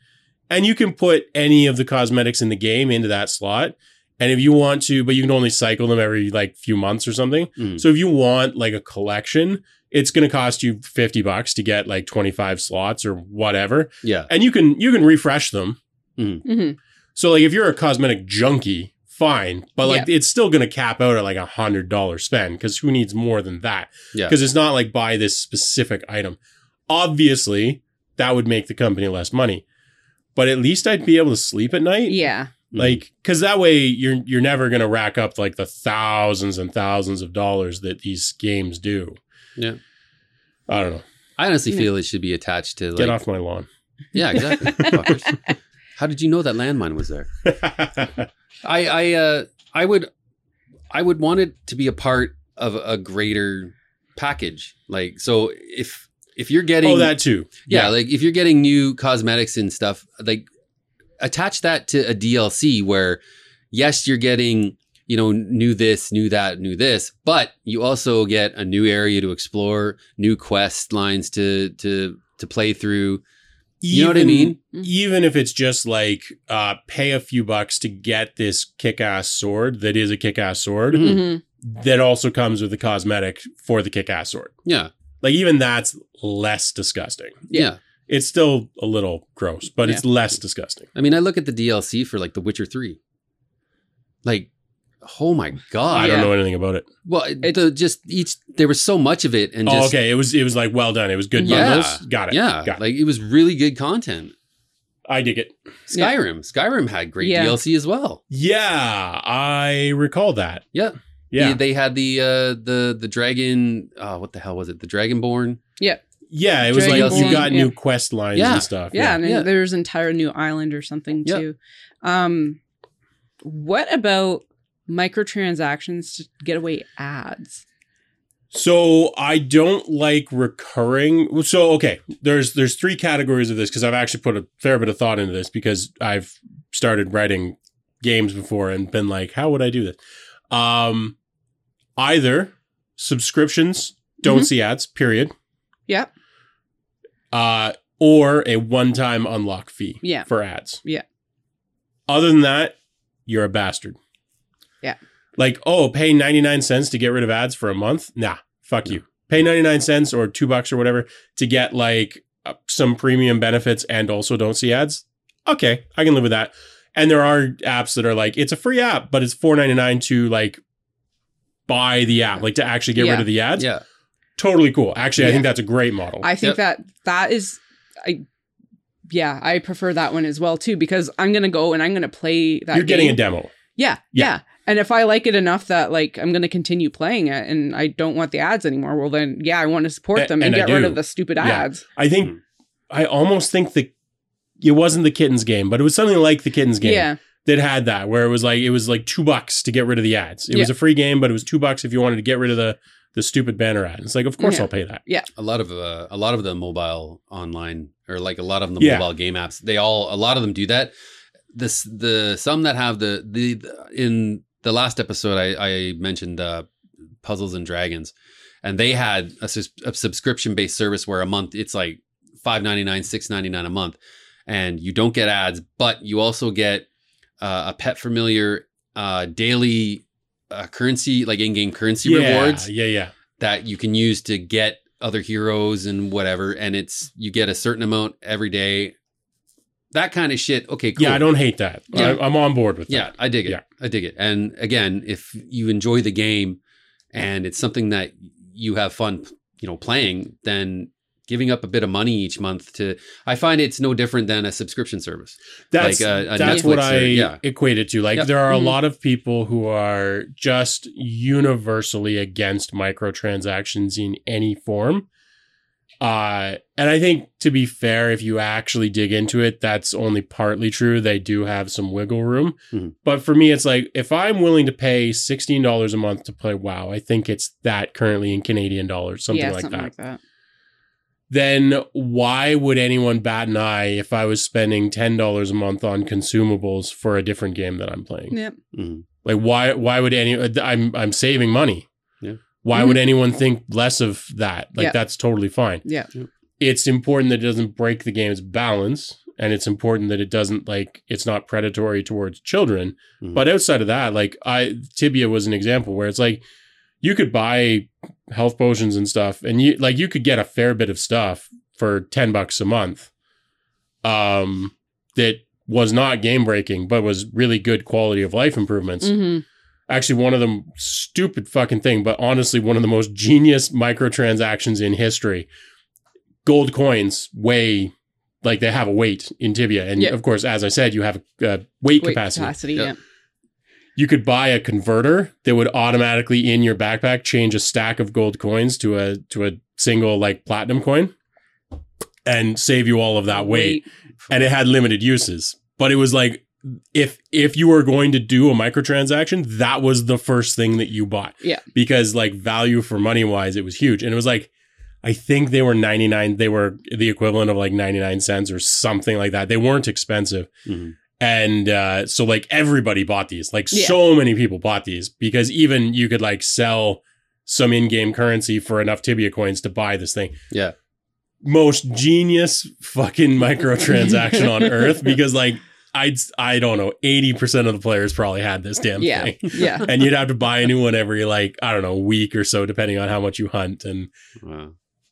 A: and you can put any of the cosmetics in the game into that slot. And if you want to, but you can only cycle them every like few months or something.
B: Mm.
A: Mm-hmm. So if you want like a collection, it's going to cost you 50 bucks to get like 25 slots or whatever.
B: yeah.
A: And you can you can refresh them.
C: hmm
A: So like if you're a cosmetic junkie, fine, but like it's still going to cap out at like a hundred dollar spend because who needs more than that?
B: Yeah.
A: because it's not like buy this specific item. Obviously, that would make the company less money, but at least I'd be able to sleep at night.
C: Yeah.
B: Mm-hmm.
A: Like, because that way you're you're never gonna rack up like the thousands and thousands of dollars that these games do.
B: Yeah.
A: I don't know.
B: I honestly
C: Yeah.
B: feel it should be attached to like
A: Get off my lawn.
B: yeah, exactly. Fuckers. How did you know that landmine was there? I I uh I would I would want it to be a part of a greater package. Like so if if you're getting
A: oh, that too.
B: yeah, like if you're getting new cosmetics and stuff, like attach that to a DLC where yes, you're getting, you know, new this, new that, new this, but you also get a new area to explore, new quest lines to to to play through. You know what I mean?
A: Mm-hmm. Even if it's just like uh, pay a few bucks to get this kick ass sword that is a kick ass sword
B: Mhm.
C: hmm
A: that also comes with the cosmetic for the kick ass sword.
B: Yeah.
A: Like, even that's less disgusting.
B: Yeah.
A: It's still a little gross, but it's less disgusting.
B: I mean, I look at the DLC for like The Witcher 3. Like Oh my god!
A: I
C: Yeah.
A: don't know anything about it.
B: Well, it, the, just each there was so much of it, and
A: oh,
B: just
A: okay. It was it was like well done. It was good
B: Yeah.
A: bundles. Got it.
B: yeah,
A: Got it.
B: like it was really good content.
A: I dig it.
C: Yeah.
B: Skyrim, Skyrim had great
C: Yeah.
B: DLC as well.
A: Yeah, I recall that.
B: Yeah.
A: Yeah.
B: they, they had the uh, the the dragon. Uh, what the hell was it? The Dragonborn.
A: Yeah, it was
B: Dragon
A: like you
B: Ball,
A: got
C: yeah.
A: new quest lines
B: Yeah.
A: and stuff.
C: yeah, and
B: Yeah.
C: there's an entire new island or something
B: Yeah.
C: too. Um, what about microtransactions to get away ads?
A: So I don't like recurring. So okay, there's there's three categories of this because I've actually put a fair bit of thought into this because I've started writing games before and been like, how would I do this? Um, either subscriptions, don't
C: Mhm.
A: see ads, period.
C: Yep.
A: Uh, or a one-time unlock fee
C: Yeah.
A: for ads.
C: Yeah.
A: Other than that, you're a bastard.
C: Yeah.
A: Like, oh, pay 99 cents to get rid of ads for a month? Nah, fuck you. Pay 99 cents or 2 bucks or whatever to get like uh, some premium benefits and also don't see ads? Okay, I can live with that. And there are apps that are like it's a free app, but it's 4.99 to like buy the app, like to actually get
C: Yeah.
A: rid of the ads.
B: yeah,
A: Totally cool. Actually, I
C: Yeah.
A: think that's a great model.
C: I
B: Yep.
C: think that that is, I yeah, I prefer that one as well too because I'm gonna go and I'm gonna play that.
A: You're getting
C: game.
A: a demo.
C: Yeah,
A: Yeah.
C: yeah, And if I like it enough that like I'm going to continue playing it and I don't want the ads anymore, well then yeah, I want to support
A: A-
C: them and,
A: and I
C: get rid
A: do.
C: of the stupid
A: Yeah.
C: ads.
A: I think
B: Hmm.
A: I almost think the it wasn't the kittens game, but it was something like the kittens game
C: Yeah.
A: that had that, where it was like it was like two bucks to get rid of the ads. It was a free game, but it was two bucks if you wanted to get rid of the the stupid banner ad. It's like, of course
C: Yeah.
A: I'll pay that.
B: a lot of uh, a lot of the mobile online or like a lot of the
A: Yeah.
B: mobile game apps. They all a lot of them do that. This the some that have the the, the in the last episode I, I mentioned uh, puzzles and dragons, and they had a, subscription based service where a month it's like five ninety nine six ninety nine a month, and you don't get ads, but you also get uh, a pet familiar uh, daily uh, currency like in game currency
A: yeah,
B: rewards
A: Yeah, yeah.
B: that you can use to get other heroes and whatever. And it's you get a certain amount every day. That kind of shit. Okay, cool.
A: Yeah, I don't hate that.
C: Yeah.
A: I, I'm on board with
B: Yeah,
A: that.
B: I dig it.
A: Yeah.
B: I dig it. And again, if you enjoy the game and it's something that you have fun, you know, playing, then giving up a bit of money each month to I find it's no different than a subscription service.
A: That's
B: Like uh, a- a
A: that's
B: Netflix
A: what
B: or-
A: I
B: yeah.
A: equate it to. Like
B: Yep. Mm-hmm.
A: there are a
C: Mhm.
A: lot of people who are just universally against microtransactions in any form. Uh, and I think to be fair, if you actually dig into it, that's only partly true. They do have some wiggle room.
B: Mhm.
A: But for me, it's like if I'm willing to pay $16 a month to play WoW, I think it's that currently in Canadian dollars, something
C: yeah,
A: like
C: something
A: that
C: like that.
A: then why would anyone bat an eye if I was spending ten dollars a month on consumables for a different game that I'm playing?
C: Yep.
B: Mhm.
A: Like why why would any uh, I'm I'm saving money.
B: Yeah.
A: Why
C: Mhm.
A: would anyone think less of that? Like
C: Yeah.
A: that's totally fine.
C: Yeah.
B: Yeah.
A: It's important that it doesn't break the game's balance and it's important that it doesn't like it's not predatory towards children.
B: Mhm.
A: But outside of that, like I Tibia was an example where it's like you could buy health potions and stuff and you like you could get a fair bit of stuff for 10 bucks a month. Um that was not game breaking, but was really good quality of life improvements
C: hmm
A: actually one of the stupid fucking thing, but honestly one of the most genius microtransactions in history. Gold coins weigh like they have a weight in Tibia, and
C: Yeah.
A: of course, as I said, you have a uh, weight,
C: Weight
A: capacity.
C: capacity. yeah.
B: Yeah.
A: You could buy a converter that would automatically in your backpack change a stack of gold coins to a to a single like platinum coin, and save you all of that weight and it had limited uses. But it was like if if you were going to do a microtransaction, that was the first thing that you bought.
C: Yeah.
A: Because like value for money wise, it was huge. And it was like I think they were 99, they were the equivalent of like 99 cents or something like that. They weren't expensive.
B: Mhm.
A: And uh, so like everybody bought these. Like
C: Yeah.
A: so many people bought these because even you could like sell some in-game currency for enough tibia coins to buy this thing.
B: Yeah.
A: Most genius fucking microtransaction on earth because like I'd I don't know, 80% of the players probably had this damn
C: Yeah.
A: thing.
C: Yeah.
A: And you'd have to buy a new one every like, I don't know, week or so, depending on how much you hunt. And
B: Wow.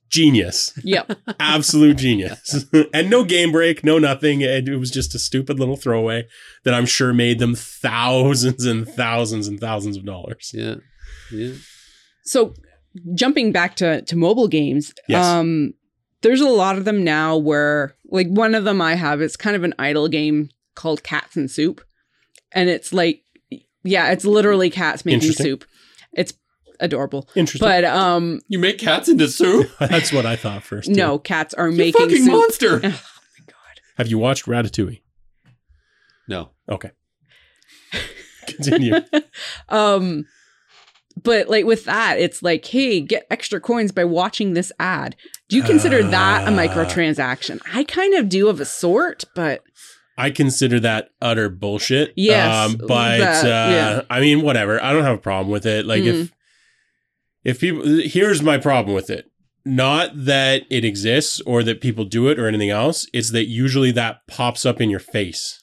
A: Genius.
C: Yep.
A: Absolute genius. and no game break, no nothing. It, it was just a stupid little throwaway that I'm sure made them thousands and thousands and thousands of dollars.
B: Yeah. Yeah.
C: So jumping back to to mobile games,
A: Yes.
C: um there's a lot of them now where like one of them I have it's kind of an idle game called Cats and Soup. And it's like yeah, it's literally cats making
A: Interesting.
C: soup. It's adorable.
A: Interesting.
C: But um
B: You make cats into soup?
A: That's what I thought first. too.
C: no, cats are
B: You
C: making
B: fucking
C: soup.
B: monster.
A: Have you watched Ratatouille?
B: No.
A: Okay. Continue.
C: Um, but like with that, it's like, hey, get extra coins by watching this ad. Do you consider that a
A: Ah.
C: microtransaction? I kind of do of a sort, but
A: I consider that utter bullshit.
C: Yes,
A: but
C: that-
A: uh,
C: yeah. Mm-hmm.
A: I mean, whatever. I don't have a problem with it. Like if if people, here's my problem with it. Not that it exists or that people do it or anything else. It's that usually that pops up in your face.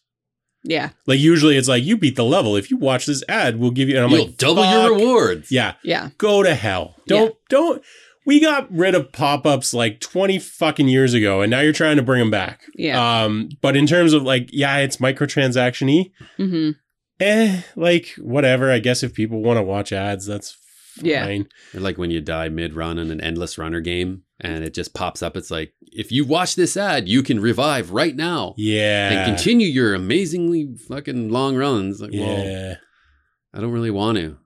C: yeah,
A: Like usually it's like you beat the level. If you watch this ad, we'll give you. And I'm
B: You'll
A: like
B: double
A: fuck.
B: your rewards.
A: Yeah,
C: yeah,
A: go to hell. Don't don't. We got rid of pop ups like twenty fucking years ago, and now you're trying to bring them back.
C: yeah.
A: Um, but in terms of like, yeah, it's microtransaction y
C: hmm
A: eh, like whatever. I guess if people want to watch ads, that's fine.
C: Yeah.
B: Or like when you die mid run in an endless runner game and it just pops up. It's like, if you watch this ad, you can revive right now and
A: Yeah.
B: continue your amazingly fucking long runs. Like, well,
A: Yeah.
B: I don't really want to.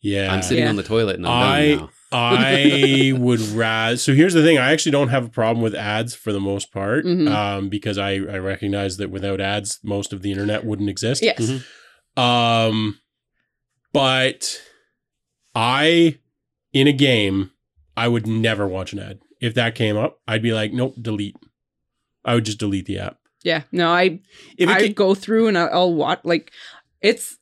A: Yeah.
B: I'm sitting
C: Yeah.
B: on the toilet and I'm
A: I-
B: done now.
A: I would rather. So here's the thing: I actually don't have a problem with ads for the most part,
C: Mhm.
A: um, because I I recognize that without ads, most of the internet wouldn't exist.
C: Yes.
B: Mhm.
A: Um, but I in a game, I would never watch an ad. If that came up, I'd be like, nope, delete. I would just delete the app.
C: Yeah. No, I
A: If it
C: I
A: ca-
C: go through and I'll, I'll watch like it's.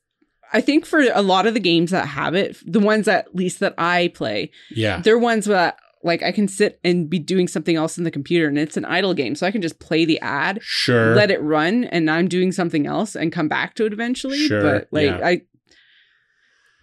C: I think for a lot of the games that have it, the ones that, at least that I play,
A: yeah,
C: they're ones that like I can sit and be doing something else in the computer, and it's an idle game, so I can just play the ad
A: sure.
C: let it run and I'm doing something else and come back to it eventually.
A: Sure,
C: But like
A: yeah.
C: I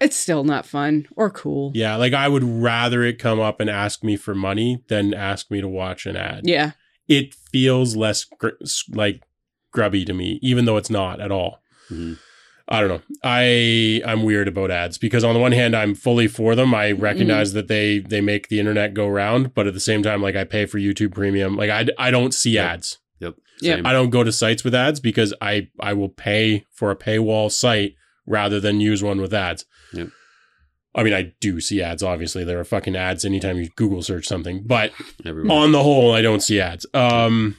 C: it's still not fun or cool.
A: yeah, like I would rather it come up and ask me for money than ask me to watch an ad.
C: Yeah.
A: it feels less gr- s- like grubby to me, even though it's not at all.
B: Mhm.
A: I don't know. I I'm weird about ads because on the one hand I'm fully for them. I recognize that they they make the internet go round, but at the same time, like I pay for YouTube Premium. Like I d- I don't see
B: Yep.
A: ads.
C: Yeah.
B: Same.
A: I don't go to sites with ads because I I will pay for a paywall site rather than use one with ads.
B: Yep.
A: I mean, I do see ads. Obviously, there are fucking ads anytime you Google search something, but
B: Everywhere.
A: on the whole, I don't see ads. Um,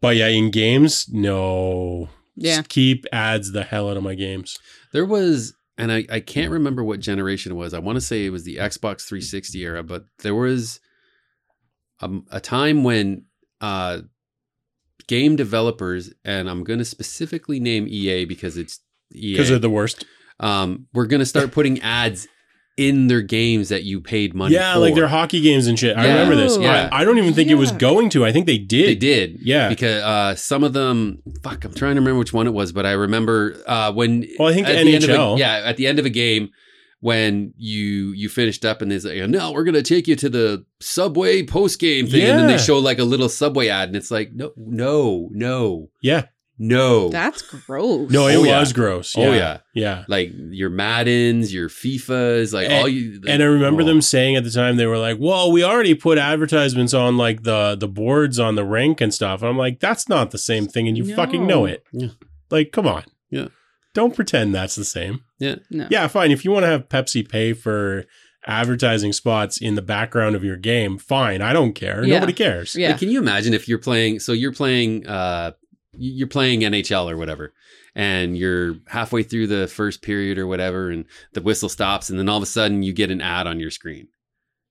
A: but yeah, in games, no.
C: Yeah.
A: Just keep ads the hell out of my games.
B: There was, and I, I can't remember what generation it was. I want to say it was the Xbox 360 era, but there was a, a time when uh, game developers, and I'm going to specifically name EA because it's E
A: Because
B: EA,
A: they're the worst.
B: um, we're going to start putting ads in their games that you paid money
A: yeah,
B: for.
A: like their hockey games and shit. I
B: Yeah.
A: remember this.
B: Yeah.
A: I, I don't even think it was
C: Yeah.
A: going to. I think they did.
B: They did.
A: Yeah.
B: Because uh, some of them, fuck, I'm trying to remember which one it was, but I remember uh, when.
A: Well, I think the
B: end of a-
A: NHL.
B: yeah, at the end of a game, when you you finished up and they say, "No, we're gonna take you to the subway post game thing," and then
A: Yeah.
B: they show like a little subway ad, and it's like, "No, no, no,
A: Yeah.
B: no."
C: That's gross.
A: No, it
B: Oh, yeah.
A: was gross.
B: Oh,
A: yeah.
B: yeah.
A: Yeah.
B: like your Maddens, your FIFAs, like
A: And-
B: all you.
A: And I remember
B: oh.
A: them saying at the time they were like, "Well, we already put advertisements on like the the boards on the rink and stuff." And I'm like, "That's not the same thing, and you fucking
C: No.
A: know it."
B: Yeah.
A: Like, come on.
B: Yeah.
A: Don't pretend that's the same.
C: no.
A: Yeah, fine. If you want to have Pepsi pay for advertising spots in the background of your game, fine. I don't care.
C: Yeah.
A: Nobody cares.
C: Yeah.
B: Like, can you imagine if you're playing? So you're playing, uh, you're playing NHL or whatever, and you're halfway through the first period or whatever, and the whistle stops, and then all of a sudden you get an ad on your screen.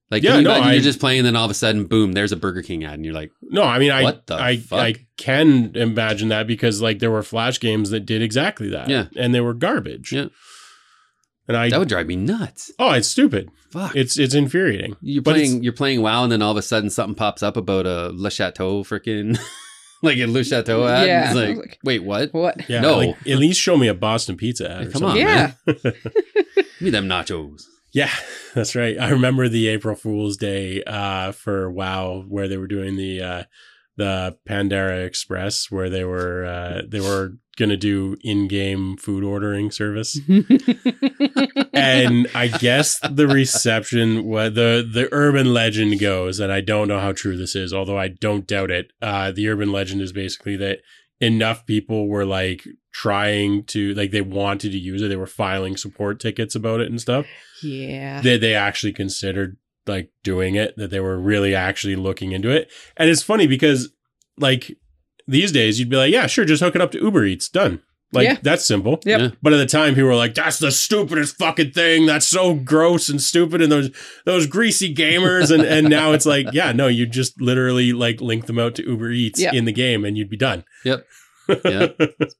B: Like,
A: Yeah,
B: can you
A: no,
B: imagine
A: I-
B: you're just playing, and then all of a sudden, boom, there's a Burger King ad, and you're like,
A: No, I mean, I,
B: What the
A: I,
B: fuck?
A: I can imagine that because like there were Flash games that did exactly that.
B: Yeah.
A: and they were garbage.
B: Yeah.
A: and I.
B: that would drive me nuts.
A: oh, it's stupid.
B: Fuck.
A: It's it's infuriating.
B: you're
A: but it's-
B: playing, you're playing WoW, and then all of a sudden something pops up about a Le Chateau freaking, like a Le Chateau ad.
C: Yeah.
B: and
C: I was
B: It's
C: like-
B: like, wait, what?
C: What?
A: Yeah,
B: No.
A: like, at least show me a Boston pizza ad.
B: Like,
A: or
B: come
A: something.
B: on,
C: yeah.
B: Give me them nachos.
A: Yeah, that's right. I remember the April Fool's Day uh, for WoW, where they were doing the uh, the Pandera Express, where they were uh, they were gonna do in game food ordering service, and I guess the reception wa- the the urban legend goes, and I don't know how true this is, although I don't doubt it. Uh, the urban legend is basically that enough people were like trying to like they wanted to use it they were filing support tickets about it and stuff
C: yeah.
A: that they actually considered like doing it, that they were really actually looking into it. And it's funny because like these days you'd be like, yeah, sure, just hook it up to Uber Eats, done. Like
C: Yeah.
A: that's simple.
C: Yep.
B: Yeah.
A: But at the time, people were like, "That's the stupidest fucking thing. That's so gross and stupid." And those those greasy gamers, and and now it's like, yeah, no, you just literally like link them out to Uber Eats
C: Yeah.
A: in the game, and you'd be done.
B: Yep. Yeah.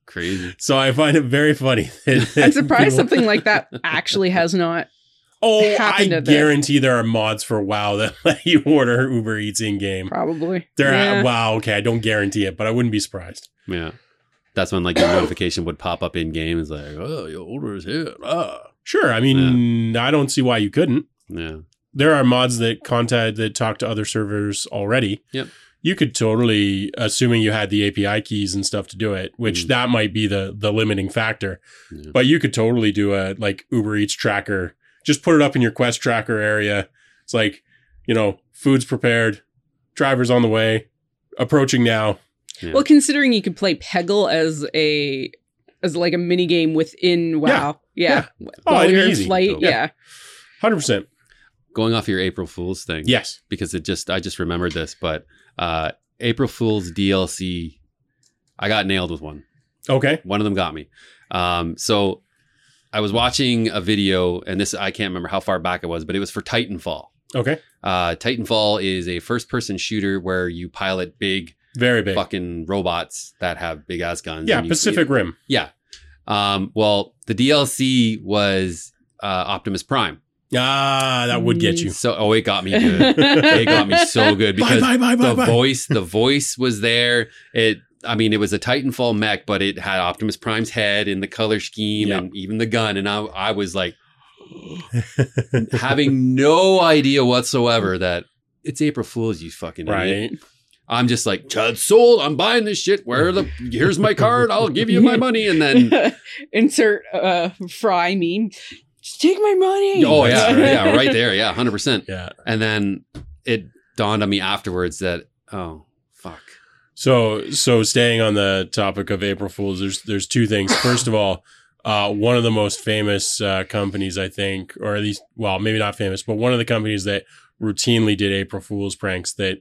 B: Crazy.
A: so I find it very funny. that-
C: I'm surprised
A: people-
C: something like that actually has not.
A: Oh, I
C: happened at this.
A: guarantee there are mods for WoW that let you order Uber Eats in game.
C: Probably.
A: There,
C: Yeah.
A: wow, okay, I don't guarantee it, but I wouldn't be surprised.
B: Yeah. That's when like the notification would pop up in game. It's like, oh, your order is here. Ah.
A: Sure, I mean, I don't see why you couldn't.
B: Yeah.
A: There are mods that contact that talk to other servers already.
B: Yep.
A: You could totally, assuming you had the API keys and stuff to do it, which
B: Mhm.
A: that might be the the limiting factor.
B: Yeah.
A: But you could totally do a like Uber Eats tracker. Just put it up in your Quest tracker area. It's like, you know, food's prepared, driver's on the way, approaching now.
B: Yeah.
C: Well, considering you could play Peggle as a as like a mini game within WoW. Yeah.
A: Oh,
C: While
A: it'd be
C: you're in
A: easy.
C: flight.
B: Yeah.
C: Yeah.
A: Hundred percent.
B: Going off your April Fool's thing.
A: Yes.
B: Because it just I just remembered this, but uh April Fool's DLC I got nailed with one.
A: Okay.
B: One of them got me. Um, so I was watching a video, and this I can't remember how far back it was, but it was for Titanfall.
A: Okay.
B: Uh, Titanfall is a first-person shooter where you pilot big,
A: Very big.
B: fucking robots that have big ass guns.
A: Yeah,
B: and you-
A: Pacific Rim.
B: yeah. Um, well, the DLC was uh, Optimus Prime.
A: Ah, that would get you.
B: So, oh, it got me good. it got me so good because
A: bye, bye,
B: the voice, the voice was there. It, I mean, it was a Titanfall mech, but it had Optimus Prime's head and the color scheme
A: Yeah.
B: and even the gun. And I, I was like having no idea whatsoever that it's April Fool's. You fucking idiot.
A: right.
B: I'm just like, Chud sold. I'm buying this shit. Where are the? Here's my card. I'll give you my money. And then
C: Insert uh fry meme. Just take my money.
B: Oh yeah, yeah, right there, yeah, hundred percent.
A: Yeah.
B: And then it dawned on me afterwards that oh fuck,
A: So so staying on the topic of April Fools, there's there's two things. First of all, uh, one of the most famous uh, companies, I think, or at least well, maybe not famous, but one of the companies that routinely did April Fools pranks that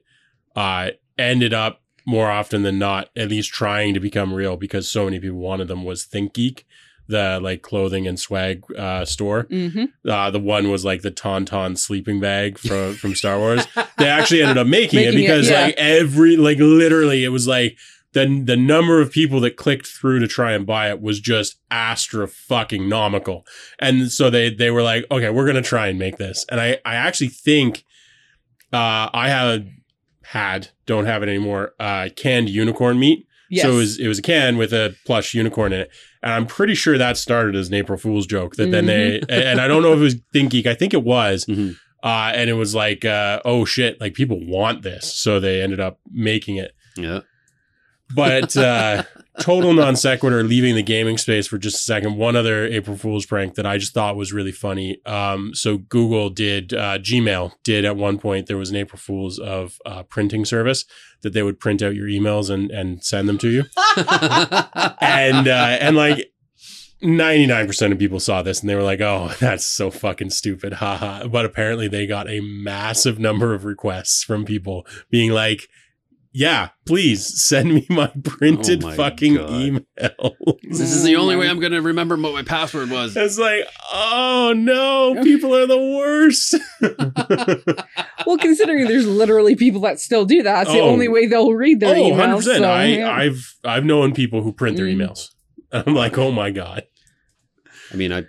A: uh, ended up more often than not at least trying to become real because so many people wanted them was ThinkGeek, the like clothing and swag uh, store.
C: hmm
A: Uh, the one was like the Tauntaun sleeping bag from from Star Wars. They actually ended up making, it
C: Making it,
A: because
C: yeah.
A: like every like literally it was like the the number of people that clicked through to try and buy it was just astro fucking nomical. And so they they were like, okay, we're gonna try and make this. And I I actually think uh, I have had don't have it anymore uh, canned unicorn meat.
C: Yes.
A: So it was it was a can with a plush unicorn in it, and I'm pretty sure that started as an April Fool's joke. That then they and I don't know if it was Think Geek, I think it was,
B: Mhm.
A: uh, and it was like, uh, oh shit, like people want this, so they ended up making it.
B: yeah,
A: But uh, total non sequitur, leaving the gaming space for just a second. One other April Fool's prank that I just thought was really funny. Um, so Google did uh, Gmail did at one point there was an April Fool's of uh, printing service that they would print out your emails and and send them to you and uh, and like 99% of people saw this and they were like oh that's so fucking stupid haha but apparently they got a massive number of requests from people being like yeah please send me my printed
B: Oh my
A: fucking
B: God.
A: email
B: this is the only way I'm gonna remember what my password was.
A: it's like oh no people are the worst
C: Well, considering there's literally people that still do that, that's the
A: Oh.
C: only way they'll read their
A: oh
C: emails.
A: 100%
C: so,
A: I,
C: yeah.
A: i've i've known people who print their
C: Mm.
A: emails i'm like oh my god
B: I mean, I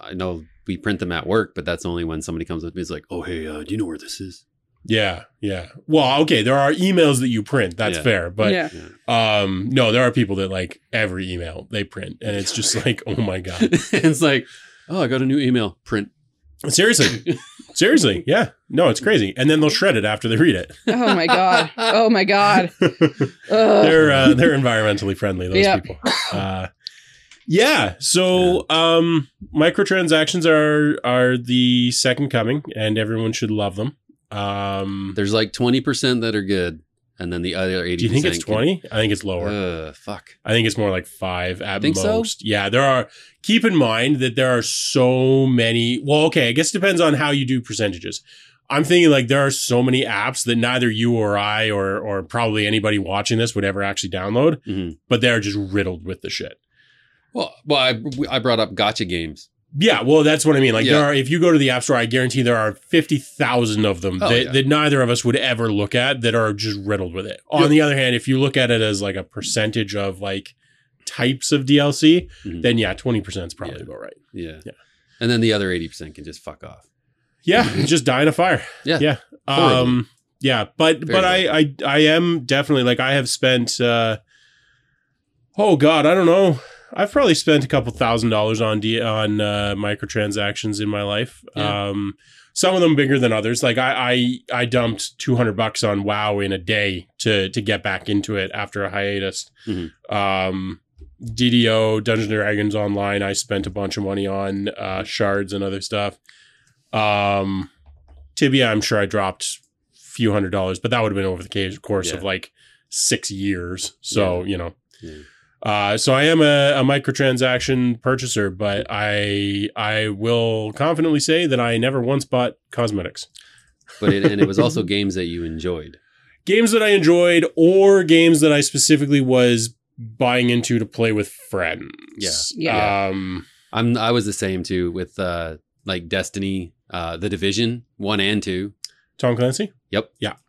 B: I know we print them at work, but that's only when somebody comes up to me. It's like, oh hey, uh, do you know where this is?
A: yeah yeah well okay there are emails that you print that's
B: Yeah.
A: fair but
C: yeah.
B: Yeah.
A: Um, no, there are people that like every email they print, and it's just like, oh my god,
B: it's like, oh, I got a new email. Print.
A: Seriously. Seriously. Yeah. No, it's crazy. And then they'll shred it after they read it.
C: Oh my god. Oh my god. Ugh.
A: they're uh, they're environmentally friendly those
C: Yep.
A: people. Uh, yeah, so um microtransactions are are the second coming and everyone should love them. Um
B: There's like 20% that are good, and then the other 80%.
A: do you think it's 20? I think it's lower.
B: Ugh, fuck.
A: I think it's more like five at
B: Think so?
A: most. Yeah, there are. Keep in mind that there are so many. Well, okay, I guess it depends on how you do percentages. I'm thinking like there are so many apps that neither you or I or or probably anybody watching this would ever actually download,
B: Mhm.
A: but they are just riddled with the shit.
B: Well, well, I, we- I brought up gotcha games.
A: Yeah, well, that's what I mean. Like
B: Yeah.
A: there are, if you go to the app store, I guarantee there are fifty thousand of them
B: Oh,
A: that,
B: yeah.
A: that neither of us would ever look at that are just riddled with it. On
B: Yeah.
A: the other hand, if you look at it as like a percentage of like types of DLC,
B: Mhm.
A: then yeah, twenty percent is probably
B: Yeah.
A: about right.
B: yeah.
A: Yeah.
B: And then the other 80% can just fuck off.
A: Yeah, just die in a fire.
B: Yeah.
A: yeah, um, yeah. But
B: Very
A: but I, I I am definitely like I have spent. uh Oh God, I don't know. I've probably spent a couple thousand dollars on D- on uh, microtransactions in my life.
B: Yeah.
A: Um, some of them bigger than others. Like I I, I dumped two hundred bucks on WoW in a day to to get back into it after a hiatus.
B: Mhm.
A: Um, DDO Dungeons and Dragons Online. I spent a bunch of money on uh, shards and other stuff. Um, Tibia, I'm sure I dropped a few hundred dollars, but that would have been over the ca- course of
B: Yeah.
A: like six years. So you know,
B: Yeah.
A: uh, so I am a, a microtransaction purchaser, but I I will confidently say that I never once bought cosmetics,
B: But it, and it was also games that you enjoyed.
A: games that I enjoyed, or games that I specifically was buying into to play with friends.
B: Yeah.
C: Yeah.
A: Um,
B: I'm I was the same too with uh like Destiny, uh The Division 1 and 2.
A: Tom Clancy.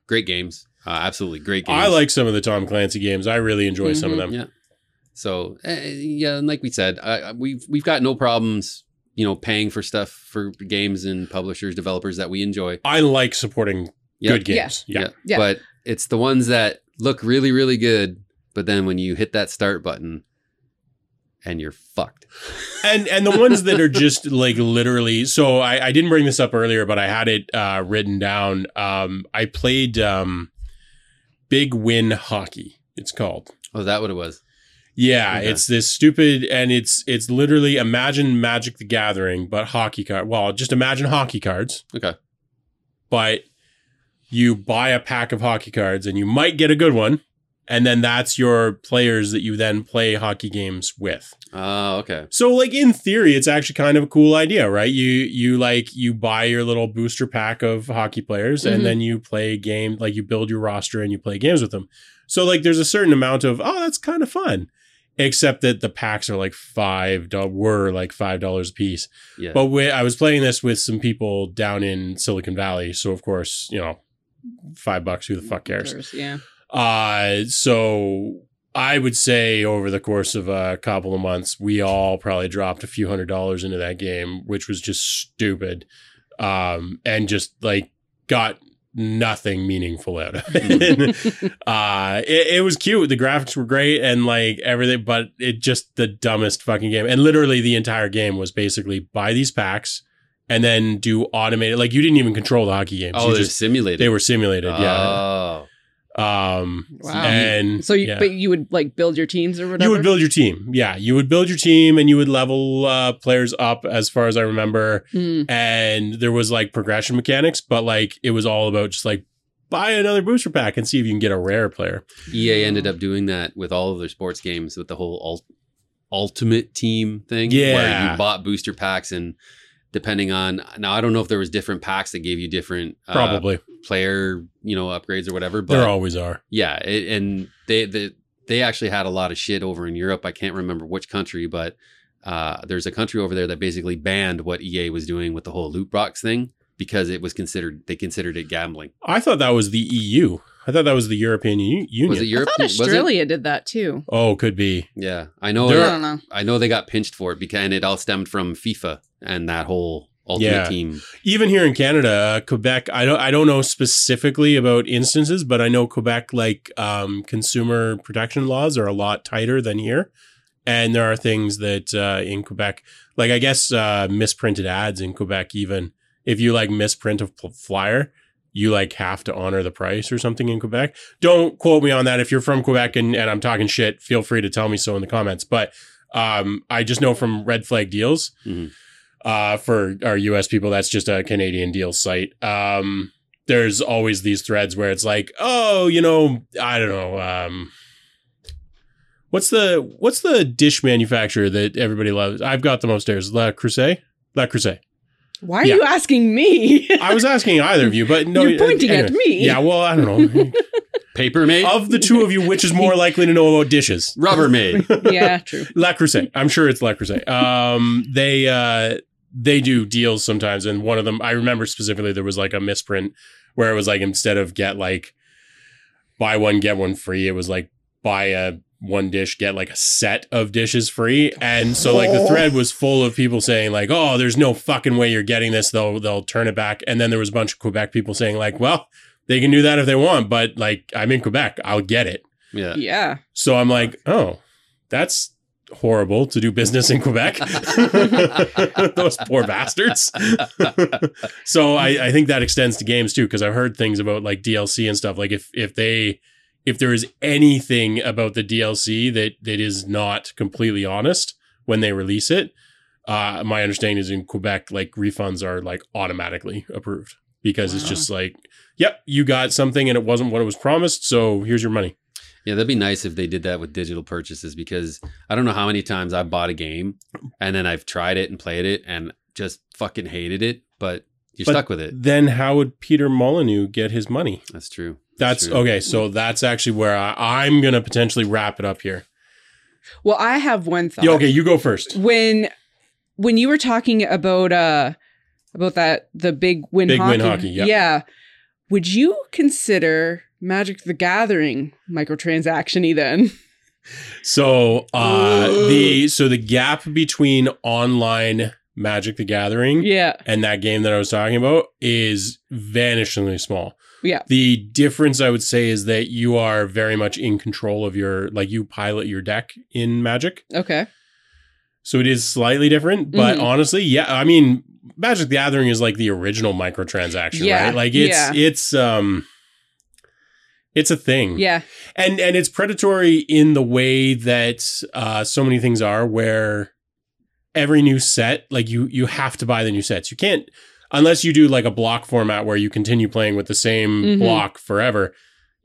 B: Great games. Uh, absolutely great games.
A: I like some of the Tom Clancy games. I really enjoy some of
C: Mhm.
A: them.
B: Yeah. So uh, yeah, and like we said, I, I- we've we've got no problems, you know, paying for stuff for games and publishers, developers that we enjoy.
A: I like supporting
B: Yeah.
A: good games. Yeah.
C: Yeah.
B: But it's the ones that look really, really good, but then when you hit that start button, and you're fucked.
A: And and the ones that are just like literally so I, I didn't bring this up earlier, but I had it uh, written down. Um, I played um, Big Win Hockey, it's called.
B: Oh, is that what it was?
A: Yeah,
B: Okay.
A: it's this stupid and it's it's literally imagine Magic the Gathering, but hockey card well, just imagine hockey cards.
B: Okay.
A: But you buy a pack of hockey cards and you might get a good one, and then that's your players that you then play hockey games with.
B: Oh, okay.
A: So like in theory, it's actually kind of a cool idea, right? You you like you buy your little booster pack of hockey players
C: Mhm.
A: and then you play a game, like you build your roster and you play games with them. So like there's a certain amount of, oh, that's kind of fun. Except that the packs are like five do- were like five dollars a piece.
B: Yeah.
A: But we, I was playing this with some people down in Silicon Valley, so of course, you know, five bucks, who the fuck cares?
C: Yeah.
A: Uh, so I would say over the course of a couple of months, we all probably dropped a few hundred dollars into that game, which was just stupid. Um, and just like got nothing meaningful out of it. uh, it, it was cute. The graphics were great and like everything, but it just the dumbest fucking game. And literally the entire game was basically buy these packs and then do automated. Like you didn't even control the hockey games.
B: oh,
A: you
B: they're
A: just,
B: simulated.
A: they were simulated. Yeah.
B: Oh.
A: Um,
C: Wow.
A: and
C: so you,
A: yeah.
C: but you would like build your teams or whatever.
A: you would build your team. Yeah, you would build your team and you would level uh, players up, as far as I remember.
C: Mm.
A: And there was like progression mechanics, but like it was all about just like buy another booster pack and see if you can get a rare player.
B: EA E ended up doing that with all of their sports games with the whole ult- ultimate team thing. Where
A: Yeah.
B: you bought booster packs and depending on now I don't know if there was different packs that gave you different uh,
A: Probably
B: player, you know, upgrades or whatever. But
A: there always are.
B: yeah, it, and they, they they actually had a lot of shit over in Europe. I can't remember which country, but uh, there's a country over there that basically banned what EA was doing with the whole loot box thing because it was considered they considered it gambling.
A: I thought that was the EU. I thought that was the European U- Union.
B: Was it E Europe?
C: I thought
B: was it?
C: Australia did that too.
A: oh, could be.
B: Yeah, I know.
A: There
B: that-
C: I don't know.
B: I know they got pinched for it because and it all stemmed from FIFA and that whole ultimate
A: Yeah.
B: team.
A: Even here in Canada, uh, Quebec. I don't. I don't know specifically about instances, but I know Quebec like um, consumer protection laws are a lot tighter than here, and there are things that uh, in Quebec, like I guess uh, misprinted ads in Quebec, even if you like misprint a fl- flyer, you like have to honor the price or something in Quebec. Don't quote me on that. If you're from Quebec and, and I'm talking shit, feel free to tell me so in the comments. But um, I just know from red flag deals
B: Mhm.
A: uh, for our US people, that's just a Canadian deal site. Um, there's always these threads where it's like, oh, you know, I don't know. Um, what's the what's the dish manufacturer that everybody loves? I've got them upstairs. La Creuset. La Creuset.
C: Why are
A: Yeah.
C: you asking me?
A: I was asking either of you, but no,
C: You're pointing at me.
A: Yeah, well, I don't know.
B: Paper made,
A: of the two of you, which is more likely to know about dishes?
B: rubber made.
C: yeah, true.
A: La Creuset. I'm sure it's La Creuset. Um, they uh, they do deals sometimes, and one of them I remember specifically there was like a misprint where it was like instead of get like buy one get one free, it was like buy a one dish get like a set of dishes free, and so like the thread was full of people saying like, oh, there's no fucking way you're getting this. They'll they'll turn it back, and then there was a bunch of Quebec people saying like, well. They can do that if they want, but like I'm in Quebec, I'll get it.
B: Yeah.
C: Yeah.
A: So I'm like, oh, that's horrible to do business in Quebec. Those poor bastards. so I, I think that extends to games too, because I've heard things about like DLC and stuff. Like if if they if there is anything about the DLC that that is not completely honest when they release it, uh, my understanding is in Quebec, like refunds are like automatically approved because it's
C: Wow.
A: just like, yep, you got something and it wasn't what it was promised, so here's your money.
B: Yeah, that'd be nice if they did that with digital purchases because I don't know how many times I've bought a game and then I've tried it and played it and just fucking hated it, but you're
A: But-
B: stuck with it.
A: then how would Peter Molyneux get his money?
B: That's true.
A: That's
B: true.
A: okay. So that's actually where I, I'm going to potentially wrap it up here.
C: Well, I have one thought.
A: Yeah, okay, you go first.
C: When when you were talking about uh about that the big win
A: Big
C: hockey,
A: win hockey, yeah.
C: yeah. Would you consider Magic the Gathering microtransactiony then?
A: So uh, the so the gap between online Magic the Gathering
C: yeah.
A: and that game that I was talking about is vanishingly small.
C: Yeah.
A: The difference I would say is that you are very much in control of your like you pilot your deck in Magic.
C: Okay.
A: So it is slightly different, but
C: Mhm.
A: honestly, yeah, I mean, Magic the Gathering is like the original microtransaction,
C: Yeah,
A: right? Like it's
C: yeah.
A: it's um it's a thing.
C: Yeah.
A: And and it's predatory in the way that uh so many things are where every new set, like you you have to buy the new sets. You can't unless you do like a block format where you continue playing with the same
C: Mhm.
A: block forever.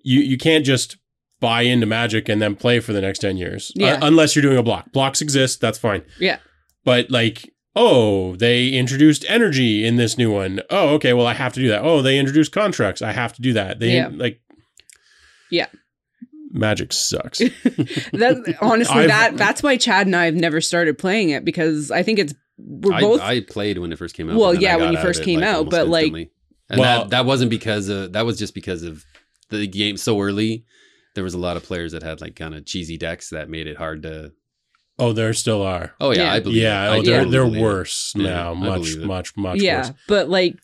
A: You you can't just buy into Magic and then play for the next 10 years. Uh,
C: Yeah.
A: unless you're doing a block. Blocks exist, that's fine
C: Yeah.
A: but like oh they introduced energy in this new one. Oh, okay well i have to do that oh they introduced contracts i have to do that they
C: Yeah.
A: like
C: Yeah.
A: magic sucks
C: That honestly
A: I've-
C: that that's why Chad and I have never started playing it because I think it's we're
B: I,
C: both
B: I played when it first came out.
C: Well,
B: and then
C: yeah,
B: I
C: when
B: got
C: you
B: out of
C: first
B: it,
C: came out,
B: almost
C: but, like-
B: instantly. and
A: Well-
B: that, that wasn't because of that was just because of the game so early. There was a lot of players that had like kind of cheesy decks that made it hard to.
A: oh there still are
B: Oh yeah,
C: Yeah.
B: I believe.
A: yeah
B: it. I
A: oh, they're,
B: totally
A: they're
B: believe it.
A: worse
B: Yeah,
A: now
B: I
A: much
B: believe it.
A: much much
C: yeah,
A: worse
C: but like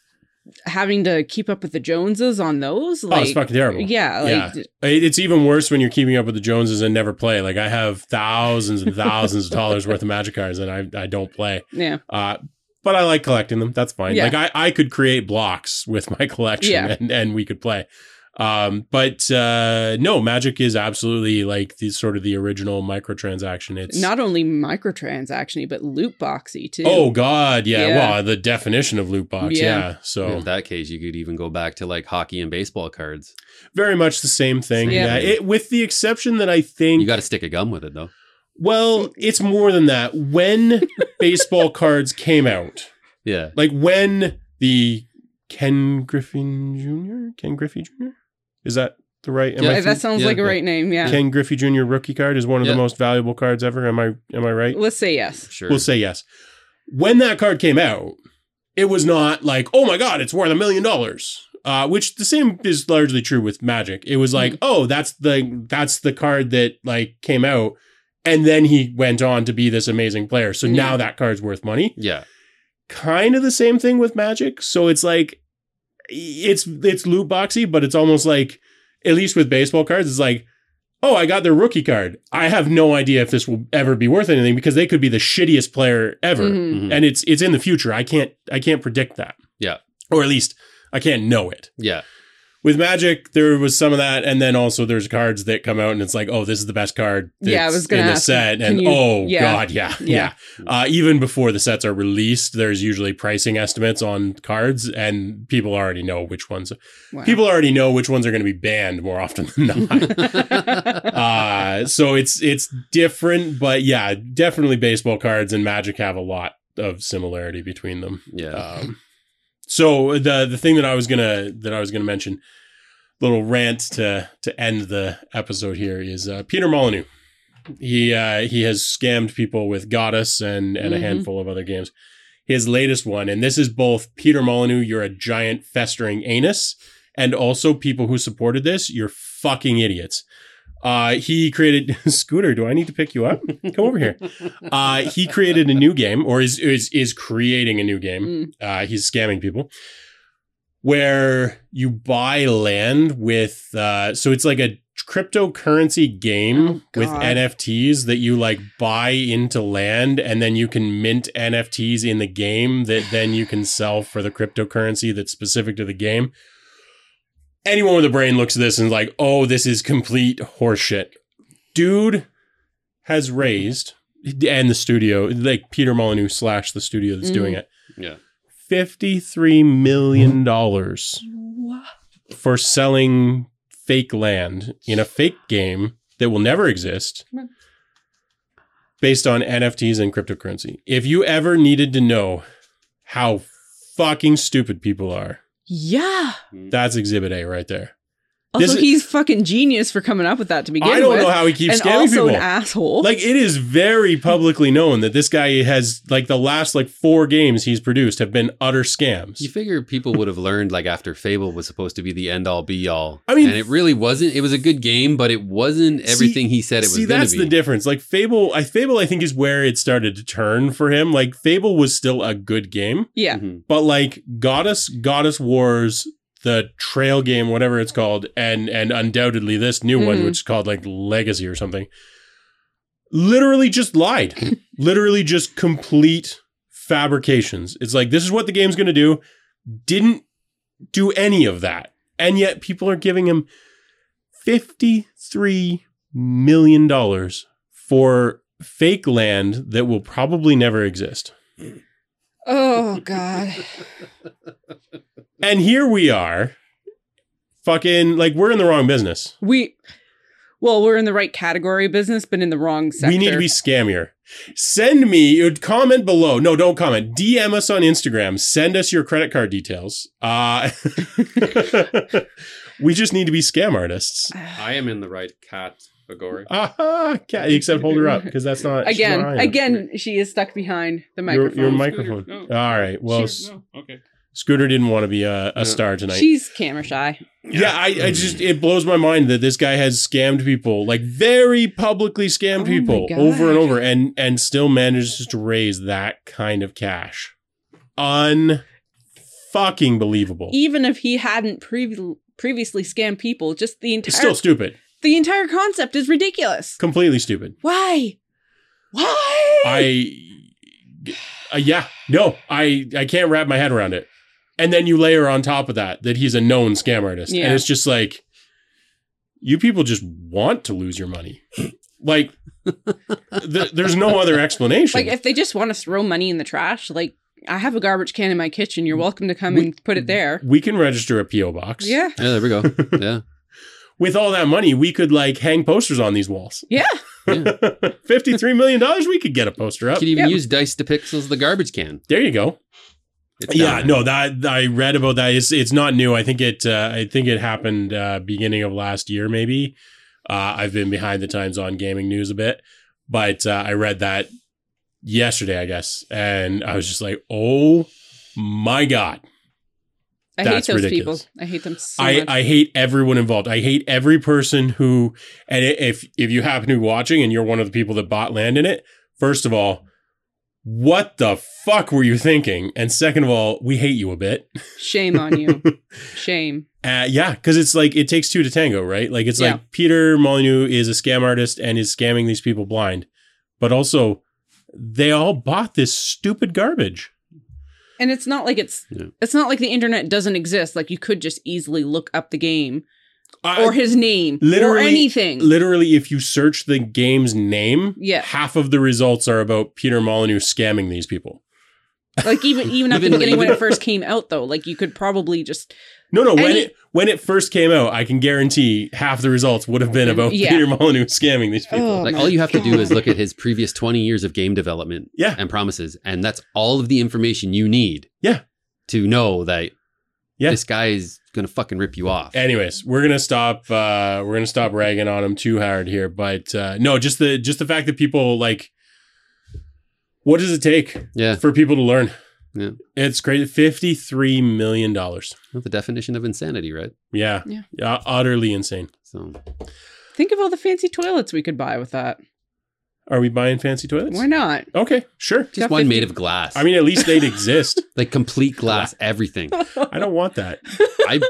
C: having to keep up with the Joneses on those,
A: oh
C: like
A: it's fucking terrible
C: yeah, like
A: It- it's even worse when you're keeping up with the joneses and never play like i have thousands and thousands of dollars worth of magic cards and i, I don't play
C: yeah,
A: Uh, but I like collecting them. That's fine.
C: Yeah.
A: Like I, I could create blocks with my collection
C: Yeah.
A: and, and we could play. Um, but uh, no, Magic is absolutely like the sort of the original microtransaction. It's
C: not only microtransactiony but loot boxy too.
A: Oh God, yeah.
C: Yeah.
A: Well, the definition of loot box, yeah.
C: Yeah.
A: So
B: In that case, you could even go back to like hockey and baseball cards.
A: very much the same thing.
C: Same.
A: Yeah. It, with the exception that I think
B: You got to stick a gum with it though.
A: well, it's more than that. When baseball cards came out,
B: Yeah,
A: like when the Ken Griffin Jr. Ken Griffey Jr. Is that the right? Am
B: Yeah,
A: I
C: Hey, that
A: think-
C: sounds
B: yeah,
C: like a
B: yeah.
C: right name. Yeah,
A: Ken Griffey Jr. rookie card is one of
B: Yeah.
A: the most valuable cards ever. Am I am I right?
C: let's say yes.
B: sure.
A: We'll say yes. When that card came out, it was not like, oh my god, it's worth a million dollars. Uh, which the same is largely true with Magic. It was like,
B: Mm-hmm.
A: oh, that's the that's the card that like came out, and then he went on to be this amazing player. So
B: Mm-hmm.
A: now
C: Yeah.
A: that card's worth money
B: yeah.
A: kind of the same thing with magic so it's like it's it's loot boxy but it's almost like at least with baseball cards it's like oh i got their rookie card i have no idea if this will ever be worth anything because they could be the shittiest player ever
C: Mhm.
B: Mhm.
A: and it's it's in the future i can't i can't predict that
B: Yeah.
A: Or at least I can't know it.
B: Yeah.
A: With Magic, there was some of that, and then also there's cards that come out and it's like, oh, this is the best card
C: Yeah, I
A: that's
C: was gonna
A: in the
C: ask,
A: set,
C: can
A: and
C: you-
A: oh
C: yeah.
A: god, yeah, yeah. Uh, even before the sets are released, there's usually pricing estimates on cards, and people already know which ones.
C: Wow.
A: Mm-hmm. People already know which ones are going to be banned more often than not. uh, so it's it's different, but yeah, definitely baseball cards and Magic have a lot of similarity between them.
B: yeah.
A: Um, so the the thing that I was gonna that I was gonna mention, little rant to to end the episode here is uh, Peter Molyneux. He uh, he has scammed people with Goddess and and
C: Mhm.
A: a handful of other games. His latest one, and this is both Peter Molyneux, you're a giant festering anus, and also people who supported this, you're fucking idiots. Uh, he created Scooter. Do I need to pick you up? Come over here. Uh, he created a new game, or is is is creating a new game
C: Mm.
A: uh, he's scamming people where you buy land with uh, so it's like a cryptocurrency game
C: Oh,
A: with
C: God.
A: nfts that you like buy into land and then you can mint nfts in the game that then you can sell for the cryptocurrency that's specific to the game anyone with a brain looks at this and is like oh this is complete horseshit dude has raised and the studio like peter molyneux slash the studio that's doing
C: Mhm.
A: it
B: Yeah.
A: $53 million
C: What?
A: for selling fake land in a fake game that will never exist based on NFTs and cryptocurrency. If you ever needed to know how fucking stupid people are,
C: Yeah.
A: that's exhibit A right there. This
C: Also,
A: is-
C: he's fucking genius for coming up with that to begin with.
A: I don't know how he keeps
C: and
A: scamming
C: also
A: people.
C: an asshole.
A: like it is very publicly known that this guy has like the last like four games he's produced have been utter scams.
B: You figure people would have learned like after Fable was supposed to be the end all be all.
A: I mean-
B: and it really wasn't. It was a good game, but it wasn't everything he said it was
A: See,
B: going
A: that's
B: to
A: the
B: be.
A: difference. Like Fable, I Fable, I think is where it started to turn for him. Like Fable was still a good game,
C: yeah.
B: Mhm.
A: but like Goddess, Goddess Wars, the Trail game, whatever it's called, and and undoubtedly this new one,
C: Mhm.
A: which is called like Legacy or something, literally just lied, literally just complete fabrications. It's like this is what the game's going to do. Didn't do any of that, and yet people are giving him fifty three million dollars for fake land that will probably never exist.
C: Oh God.
A: And here we are, fucking like we're in the wrong business.
C: We. Well, we're in the right category of business, but in the wrong sector.
A: We need to be scammier. Send me you comment below. No, don't comment. DM us on Instagram. Send us your credit card details. Uh, we just need to be scam artists.
B: I am in the right category.
A: Aha, cat, except hold her up because that's not she's
C: again,
A: not on.
C: again, she is stuck behind the
A: Your,
C: microphone.
B: Oh,
A: your microphone.
B: Scooter, no.
A: All right. Well, S-
B: Oh, okay.
A: Scooter didn't want to be a, a
B: Yeah.
A: star tonight.
C: She's camera shy.
A: Yeah, I, I just it blows my mind that this guy has scammed people, like very publicly scammed
C: Oh my
A: people
C: God.
A: over and over and and still manages to raise that kind of cash. Un fucking believable.
C: Even if he hadn't previ- previously scammed people, just the entire
A: It's still stupid.
C: the entire concept is ridiculous.
A: Completely stupid.
C: Why? Why?
A: I uh, yeah, no. I I can't wrap my head around it. And then you layer on top of that that he's a known scam artist.
C: Yeah.
A: And it's just like you people just want to lose your money. Like th- there's no other explanation.
C: like if they just want to throw money in the trash, like I have a garbage can in my kitchen. You're welcome to come
A: We-
C: and put it there.
A: we can register a PO box.
C: Yeah.
B: Yeah, there we go. Yeah.
A: With all that money, we could like hang posters on these walls.
C: Yeah.
B: Yeah.
A: Fifty-three million dollars, we could get a poster
B: You
A: up.
B: could even
C: Yeah.
B: use Dice to Pixels the garbage can.
A: There you go.
B: It's
A: yeah,
B: down
A: no, that I read about that. It's it's not new. I think it uh, I think it happened uh, beginning of last year, maybe. Uh, I've been behind the times on gaming news a bit, but uh, I read that yesterday, I guess, and I was just like, oh my god.
C: I
A: That's
C: hate those
A: ridiculous.
C: people. I hate them so
A: I,
C: much.
A: I hate everyone involved. I hate every person who, and i- if if you happen to be watching and you're one of the people that bought land in it, first of all, what the fuck were you thinking? And second of all, we hate you a bit.
C: Shame on you. Shame.
A: Uh, yeah, because it's like it takes two to tango, right? Like it's
C: Yeah.
A: like Peter Molyneux is a scam artist and is scamming these people blind, but also they all bought this stupid garbage.
C: and it's not like it's
B: Yeah.
C: it's not like the internet doesn't exist. Like you could just easily look up the game
A: I-
C: or his name or
A: literally-
C: anything.
A: literally, if you search the game's name,
C: Yeah.
A: half of the results are about Peter Molyneux scamming these people.
C: like even even at the
B: Even-
C: beginning when
B: even-
C: it first came out, though, like you could probably just
A: No, no. When
C: Any-
A: it when it first came out, I can guarantee half the results would have been about
C: Yeah.
A: Peter Molyneux scamming these people.
C: Oh.
B: like
C: my
B: all you have to do
C: God.
B: is look at his previous 20 years of game development
A: Yeah.
B: and promises and that's all of the information you need
A: Yeah.
B: to know that
A: Yeah.
B: this guy is gonna fucking rip you off
A: Anyways, we're gonna stop. Uh, we're gonna stop ragging on him too hard here, but uh, no, just the just the fact that people like. What does it take
B: yeah
A: for people to learn?
B: Yeah.
A: It's crazy. Fifty three million dollars.
B: the definition of insanity right
A: Yeah.
C: Yeah.
A: yeah. Utterly insane.
B: so
C: think of all the fancy toilets we could buy with that.
A: Are we buying fancy toilets?
C: Why not?
A: Okay, sure.
B: just
C: Got
B: one
C: 50
B: made of glass
A: I mean, at least they'd exist.
B: like complete glass everything
A: I don't want that.
B: i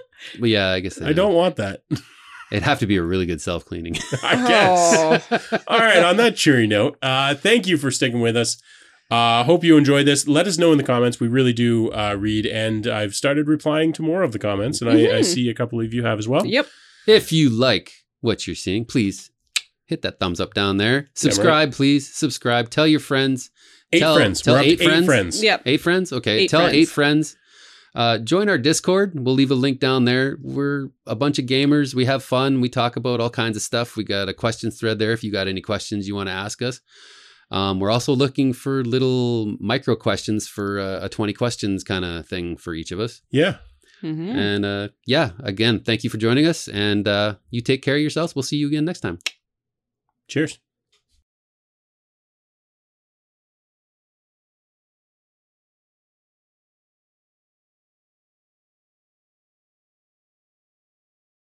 B: well, yeah i guess
A: I don't want that.
B: it'd have to be a really good self-cleaning
A: I guess.
C: Oh.
A: All right. On that cheery note, uh, thank you for sticking with us. Uh, hope you enjoyed this. Let us know in the comments. We really do uh, read, and I've started replying to more of the comments, and I, I
C: Mhm.
A: see a couple of you have as well.
C: Yep.
B: If you like what you're seeing, please hit that thumbs up down there. Subscribe, please. Subscribe. Tell your friends.
A: Eight
B: Tell-
A: friends.
B: tell
A: We're up
B: eight
A: to eight friends.
B: friends.
C: Yep.
B: Eight friends? Okay.
C: Eight
B: Tell
C: friends.
B: eight friends. Uh, join our Discord. We'll leave a link down there. We're a bunch of gamers. We have fun. We talk about all kinds of stuff. We got a questions thread there if you got any questions you want to ask us. Um, we're also looking for little micro questions for uh, a 20 questions kind of thing for each of us.
A: Yeah.
C: Mhm.
B: And uh, yeah, again, thank you for joining us. And uh, you take care of yourselves. We'll see you again next time.
A: Cheers.